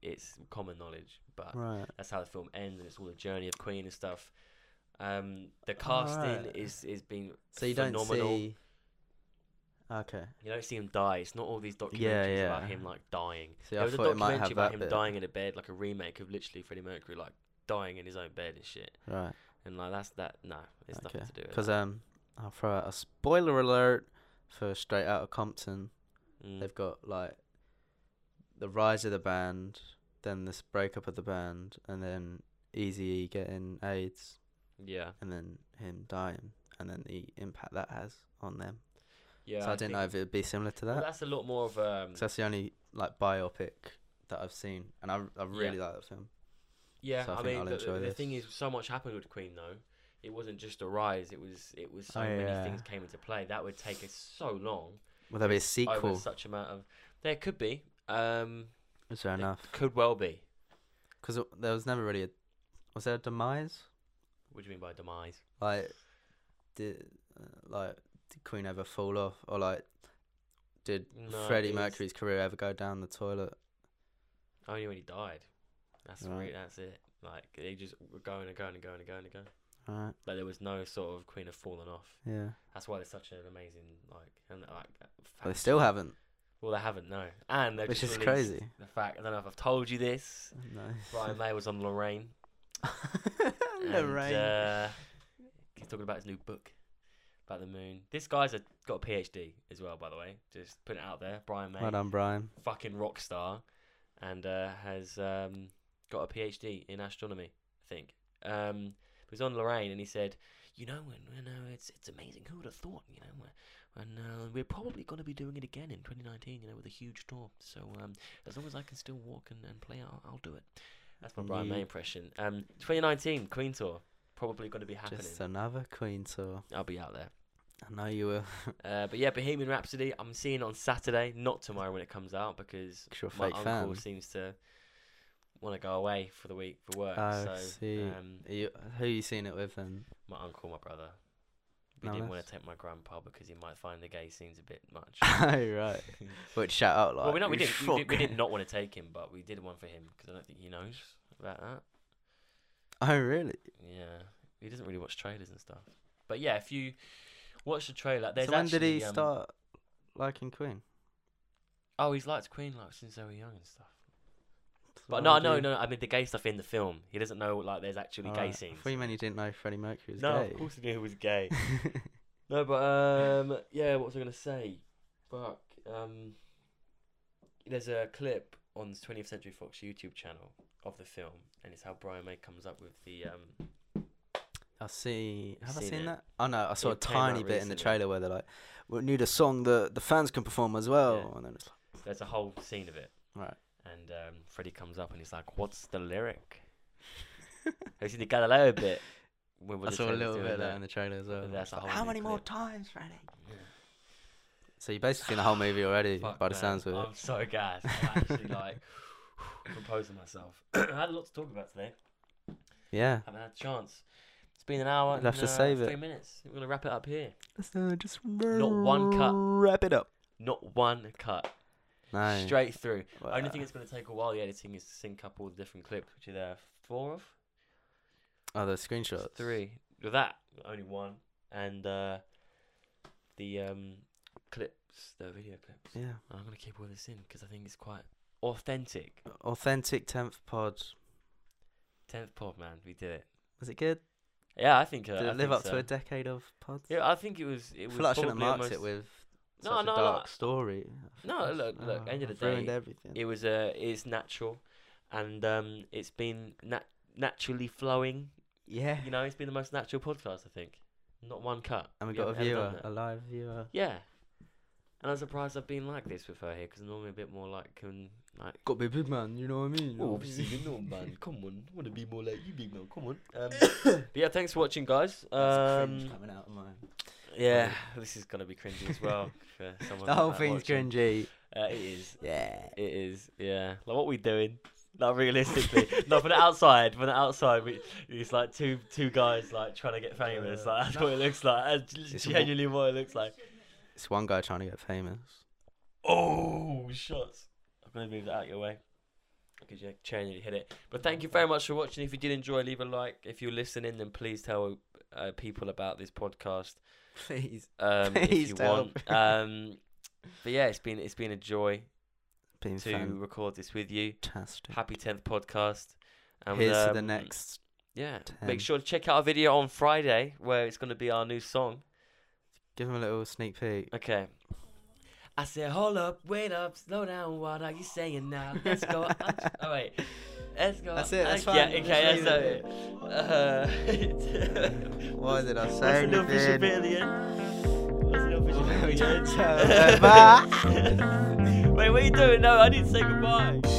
Speaker 2: it's common knowledge, but
Speaker 1: right.
Speaker 2: that's how the film ends, and it's all the journey of Queen and stuff. Um, the casting
Speaker 1: Alright.
Speaker 2: is is being
Speaker 1: So you don't
Speaker 2: phenomenal.
Speaker 1: see. Okay.
Speaker 2: You don't see him die. It's not all these documentaries about
Speaker 1: yeah.
Speaker 2: him like dying.
Speaker 1: See,
Speaker 2: there
Speaker 1: I
Speaker 2: was a
Speaker 1: thought it might
Speaker 2: documentary
Speaker 1: have
Speaker 2: about
Speaker 1: that
Speaker 2: him
Speaker 1: bit.
Speaker 2: dying in a bed, like a remake of literally Freddie Mercury like dying in his own bed and shit.
Speaker 1: Right.
Speaker 2: And like that's that. No, it's nothing to do with.
Speaker 1: Because um, I'll throw out a spoiler alert for Straight Outta Compton.
Speaker 2: Mm.
Speaker 1: They've got like the rise of the band, then this breakup of the band, and then Easy getting AIDS,
Speaker 2: Yeah.
Speaker 1: and then him dying, and then the impact that has on them.
Speaker 2: Yeah.
Speaker 1: so I, didn't know
Speaker 2: think-
Speaker 1: if it would be similar to
Speaker 2: well,
Speaker 1: that.
Speaker 2: that's a lot more of um
Speaker 1: 'Cause that's the only like biopic that I've seen, and I I really like that film.
Speaker 2: yeah.
Speaker 1: so I
Speaker 2: I,
Speaker 1: think
Speaker 2: mean,
Speaker 1: I'll
Speaker 2: the,
Speaker 1: enjoy
Speaker 2: the
Speaker 1: this.
Speaker 2: thing is, so much happened with Queen though. It wasn't just a rise. It was it was so
Speaker 1: Oh,
Speaker 2: many
Speaker 1: yeah.
Speaker 2: things came into play that would take us so long
Speaker 1: Will there be a
Speaker 2: over
Speaker 1: sequel?
Speaker 2: such amount of. There could be. Um,
Speaker 1: Is there
Speaker 2: there
Speaker 1: enough?
Speaker 2: could well be.
Speaker 1: Because there was never really a Was there a demise?
Speaker 2: What do you mean by demise?
Speaker 1: Like, did uh, like did Queen ever fall off, or like did
Speaker 2: No,
Speaker 1: Freddie
Speaker 2: it was-
Speaker 1: Mercury's career ever go down the toilet?
Speaker 2: Only when he died. That's
Speaker 1: Right.
Speaker 2: re- that's it. Like they just were going and going and going and going and going.
Speaker 1: Right.
Speaker 2: Like there was no sort of Queen of falling off.
Speaker 1: Yeah.
Speaker 2: That's why they're such an amazing like and like.
Speaker 1: They
Speaker 2: fact-
Speaker 1: still haven't,
Speaker 2: Well, they haven't no, and they've
Speaker 1: which
Speaker 2: just
Speaker 1: is
Speaker 2: released
Speaker 1: crazy.
Speaker 2: The fact I don't know if I've told you this.
Speaker 1: No.
Speaker 2: Brian May was on Lorraine. and,
Speaker 1: Lorraine.
Speaker 2: uh, he's talking about his new book about the moon. This guy's a, got a PhD as well, by the way. Just putting it out there. Brian May,
Speaker 1: well done, Brian.
Speaker 2: fucking rock star, and uh, has um, got a PhD in astronomy, I think. Um, he was on Lorraine, and he said, "You know, and you know, it's it's amazing. Who would have thought? You know, uh, and uh, we're probably going to be doing it again in 2019. You know, with a huge tour. So um, as long as I can still walk and, and play, I'll, I'll do it. That's my Brian May
Speaker 1: Yeah.
Speaker 2: impression. Um, 2019 Queen tour probably going to be happening.
Speaker 1: Just another Queen tour.
Speaker 2: I'll be out there.
Speaker 1: I know you were.
Speaker 2: Uh, but yeah, Bohemian Rhapsody, I'm seeing on Saturday, not tomorrow when it comes out because
Speaker 1: 'Cause you're a
Speaker 2: my
Speaker 1: fake
Speaker 2: uncle
Speaker 1: fan.
Speaker 2: seems to want to go away for the week for work.
Speaker 1: I
Speaker 2: so
Speaker 1: Oh, see.
Speaker 2: Um,
Speaker 1: Are you, who you seen it with then?
Speaker 2: my uncle, my brother. We
Speaker 1: No
Speaker 2: didn't want
Speaker 1: less.
Speaker 2: to take my grandpa because he might find the gay scenes a bit much.
Speaker 1: oh right. Which shout out like.
Speaker 2: well, we, not, we,
Speaker 1: you
Speaker 2: didn't, we, did, we
Speaker 1: fuck.
Speaker 2: did not want to take him, but we did one for him because I don't think he knows about that.
Speaker 1: Oh really?
Speaker 2: Yeah, he doesn't really watch trailers and stuff. But yeah, if you watch the trailer, there's
Speaker 1: so when
Speaker 2: actually,
Speaker 1: did he
Speaker 2: um,
Speaker 1: start liking Queen?
Speaker 2: Oh, he's liked Queen like since they were young and stuff.
Speaker 1: Why
Speaker 2: But no,
Speaker 1: would
Speaker 2: no,
Speaker 1: you-
Speaker 2: no. I mean, the gay stuff in the film. He doesn't know like there's actually gay
Speaker 1: Alright,
Speaker 2: scenes.
Speaker 1: I thought you meant you didn't know Freddie Mercury was
Speaker 2: no,
Speaker 1: gay.
Speaker 2: of course he knew he was gay. no, but um, yeah. What was I gonna say? Fuck. Um, there's a clip on the 20th Century Fox YouTube channel of the film, and it's how Brian May comes up with the um.
Speaker 1: I see.
Speaker 2: You've
Speaker 1: Have I
Speaker 2: seen
Speaker 1: seen
Speaker 2: it.
Speaker 1: that? Oh no, I saw a
Speaker 2: It came out
Speaker 1: tiny bit in the
Speaker 2: recently.
Speaker 1: trailer where they're like, "We need a song that the fans can perform as well," and then it's like,
Speaker 2: There's a whole scene of it,
Speaker 1: right.
Speaker 2: and um, Freddie comes up and he's like, "What's the lyric?" Have you seen the Galileo bit? When
Speaker 1: I
Speaker 2: was
Speaker 1: saw a little bit of that in the trailer as well.
Speaker 2: And
Speaker 1: and it's
Speaker 2: that's a
Speaker 1: like,
Speaker 2: whole
Speaker 1: How
Speaker 2: new
Speaker 1: many more
Speaker 2: clip."
Speaker 1: times, Freddie?
Speaker 2: Yeah.
Speaker 1: So you basically seen the whole movie already
Speaker 2: Fuck,
Speaker 1: by the
Speaker 2: man,
Speaker 1: sounds of it.
Speaker 2: I'm so gassed. I'm actually like composing myself. I had a lot to talk about today.
Speaker 1: Yeah.
Speaker 2: haven't had a chance. It's been an hour.
Speaker 1: You'll have
Speaker 2: and,
Speaker 1: to save
Speaker 2: uh,
Speaker 1: it.
Speaker 2: Three minutes. We're gonna wrap it up here.
Speaker 1: just
Speaker 2: Not one cut.
Speaker 1: Wrap it up.
Speaker 2: Not one cut.
Speaker 1: No.
Speaker 2: Straight through.
Speaker 1: Well, uh,
Speaker 2: Only thing that's gonna take a while the editing is to sync up all the different clips, which are there are four of.
Speaker 1: Oh, the
Speaker 2: There's
Speaker 1: screenshots.
Speaker 2: Three. With that, only one. And uh, the um, clips, the video clips.
Speaker 1: Yeah.
Speaker 2: I'm gonna keep all this in because I think it's quite authentic.
Speaker 1: Authentic tenth pod.
Speaker 2: Tenth pod, man. We did it.
Speaker 1: Was it good?
Speaker 2: Yeah, I think. Uh,
Speaker 1: Did
Speaker 2: I
Speaker 1: it live
Speaker 2: think
Speaker 1: up
Speaker 2: so.
Speaker 1: to a decade of pods?
Speaker 2: Yeah, I think it was. It
Speaker 1: I
Speaker 2: was
Speaker 1: feel like I shouldn't have
Speaker 2: probably
Speaker 1: marked
Speaker 2: almost,
Speaker 1: it with
Speaker 2: No,
Speaker 1: such
Speaker 2: no,
Speaker 1: a
Speaker 2: no.
Speaker 1: dark story.
Speaker 2: No, look, look.
Speaker 1: Oh,
Speaker 2: end of the
Speaker 1: I've ruined
Speaker 2: day,
Speaker 1: everything.
Speaker 2: it was uh, it's natural, and um, it's been nat- naturally flowing.
Speaker 1: yeah.
Speaker 2: You know, it's been the most natural podcast. I think, not one cut.
Speaker 1: And we
Speaker 2: Have
Speaker 1: got a
Speaker 2: you ever done
Speaker 1: viewer,
Speaker 2: that?
Speaker 1: a live viewer.
Speaker 2: Yeah, and I'm surprised I've been like this with her here because normally a bit more like can like.
Speaker 1: Got to be a big man, you know what I mean?
Speaker 2: Oh, obviously you know, man. Come on, want to be more like you, big man. Come on. Um, but yeah, thanks for watching, guys. Um,
Speaker 1: coming out of mine.
Speaker 2: yeah, this is gonna be cringy as well. for someone
Speaker 1: The whole
Speaker 2: like
Speaker 1: thing's
Speaker 2: watching.
Speaker 1: cringy.
Speaker 2: Uh, it is.
Speaker 1: Yeah.
Speaker 2: It is, yeah. Like what we doing? Not realistically. no, from the outside. From the outside, we, it's like two two guys like trying to get famous. Like that's what it looks like. That's g-
Speaker 1: Uh, It's a wa-
Speaker 2: genuinely what it looks like.
Speaker 1: It's one guy trying to get famous.
Speaker 2: Oh, shots! I'm gonna move that out your way because you're trying to hit it. But thank you very much for watching. If you did enjoy, leave a like. If you're listening, then please tell uh, people about this podcast.
Speaker 1: Please.
Speaker 2: Um, if
Speaker 1: Please
Speaker 2: you
Speaker 1: tell.
Speaker 2: want. Um, but yeah, it's been it's been a joy
Speaker 1: Been
Speaker 2: to record this with you.
Speaker 1: fantastic.
Speaker 2: Happy 10th podcast. And,
Speaker 1: Here's to the
Speaker 2: um,
Speaker 1: next.
Speaker 2: Yeah.
Speaker 1: 10.
Speaker 2: Make sure to check out our video on Friday where it's going to be our new song.
Speaker 1: Give him a little sneak peek.
Speaker 2: Okay. I said, hold up, wait up, slow down, what are you saying now? Let's go. All right. Let's go.
Speaker 1: That's it, that's
Speaker 2: Uh, Yeah,
Speaker 1: fine,
Speaker 2: okay,
Speaker 1: just
Speaker 2: that's
Speaker 1: leave
Speaker 2: it. Uh,
Speaker 1: Why did I
Speaker 2: What's
Speaker 1: say
Speaker 2: an official
Speaker 1: anything?
Speaker 2: bit at the end? What's an official bit at the
Speaker 1: Don't
Speaker 2: end?
Speaker 1: tell them.
Speaker 2: Wait, what are you doing? No, I need to say goodbye.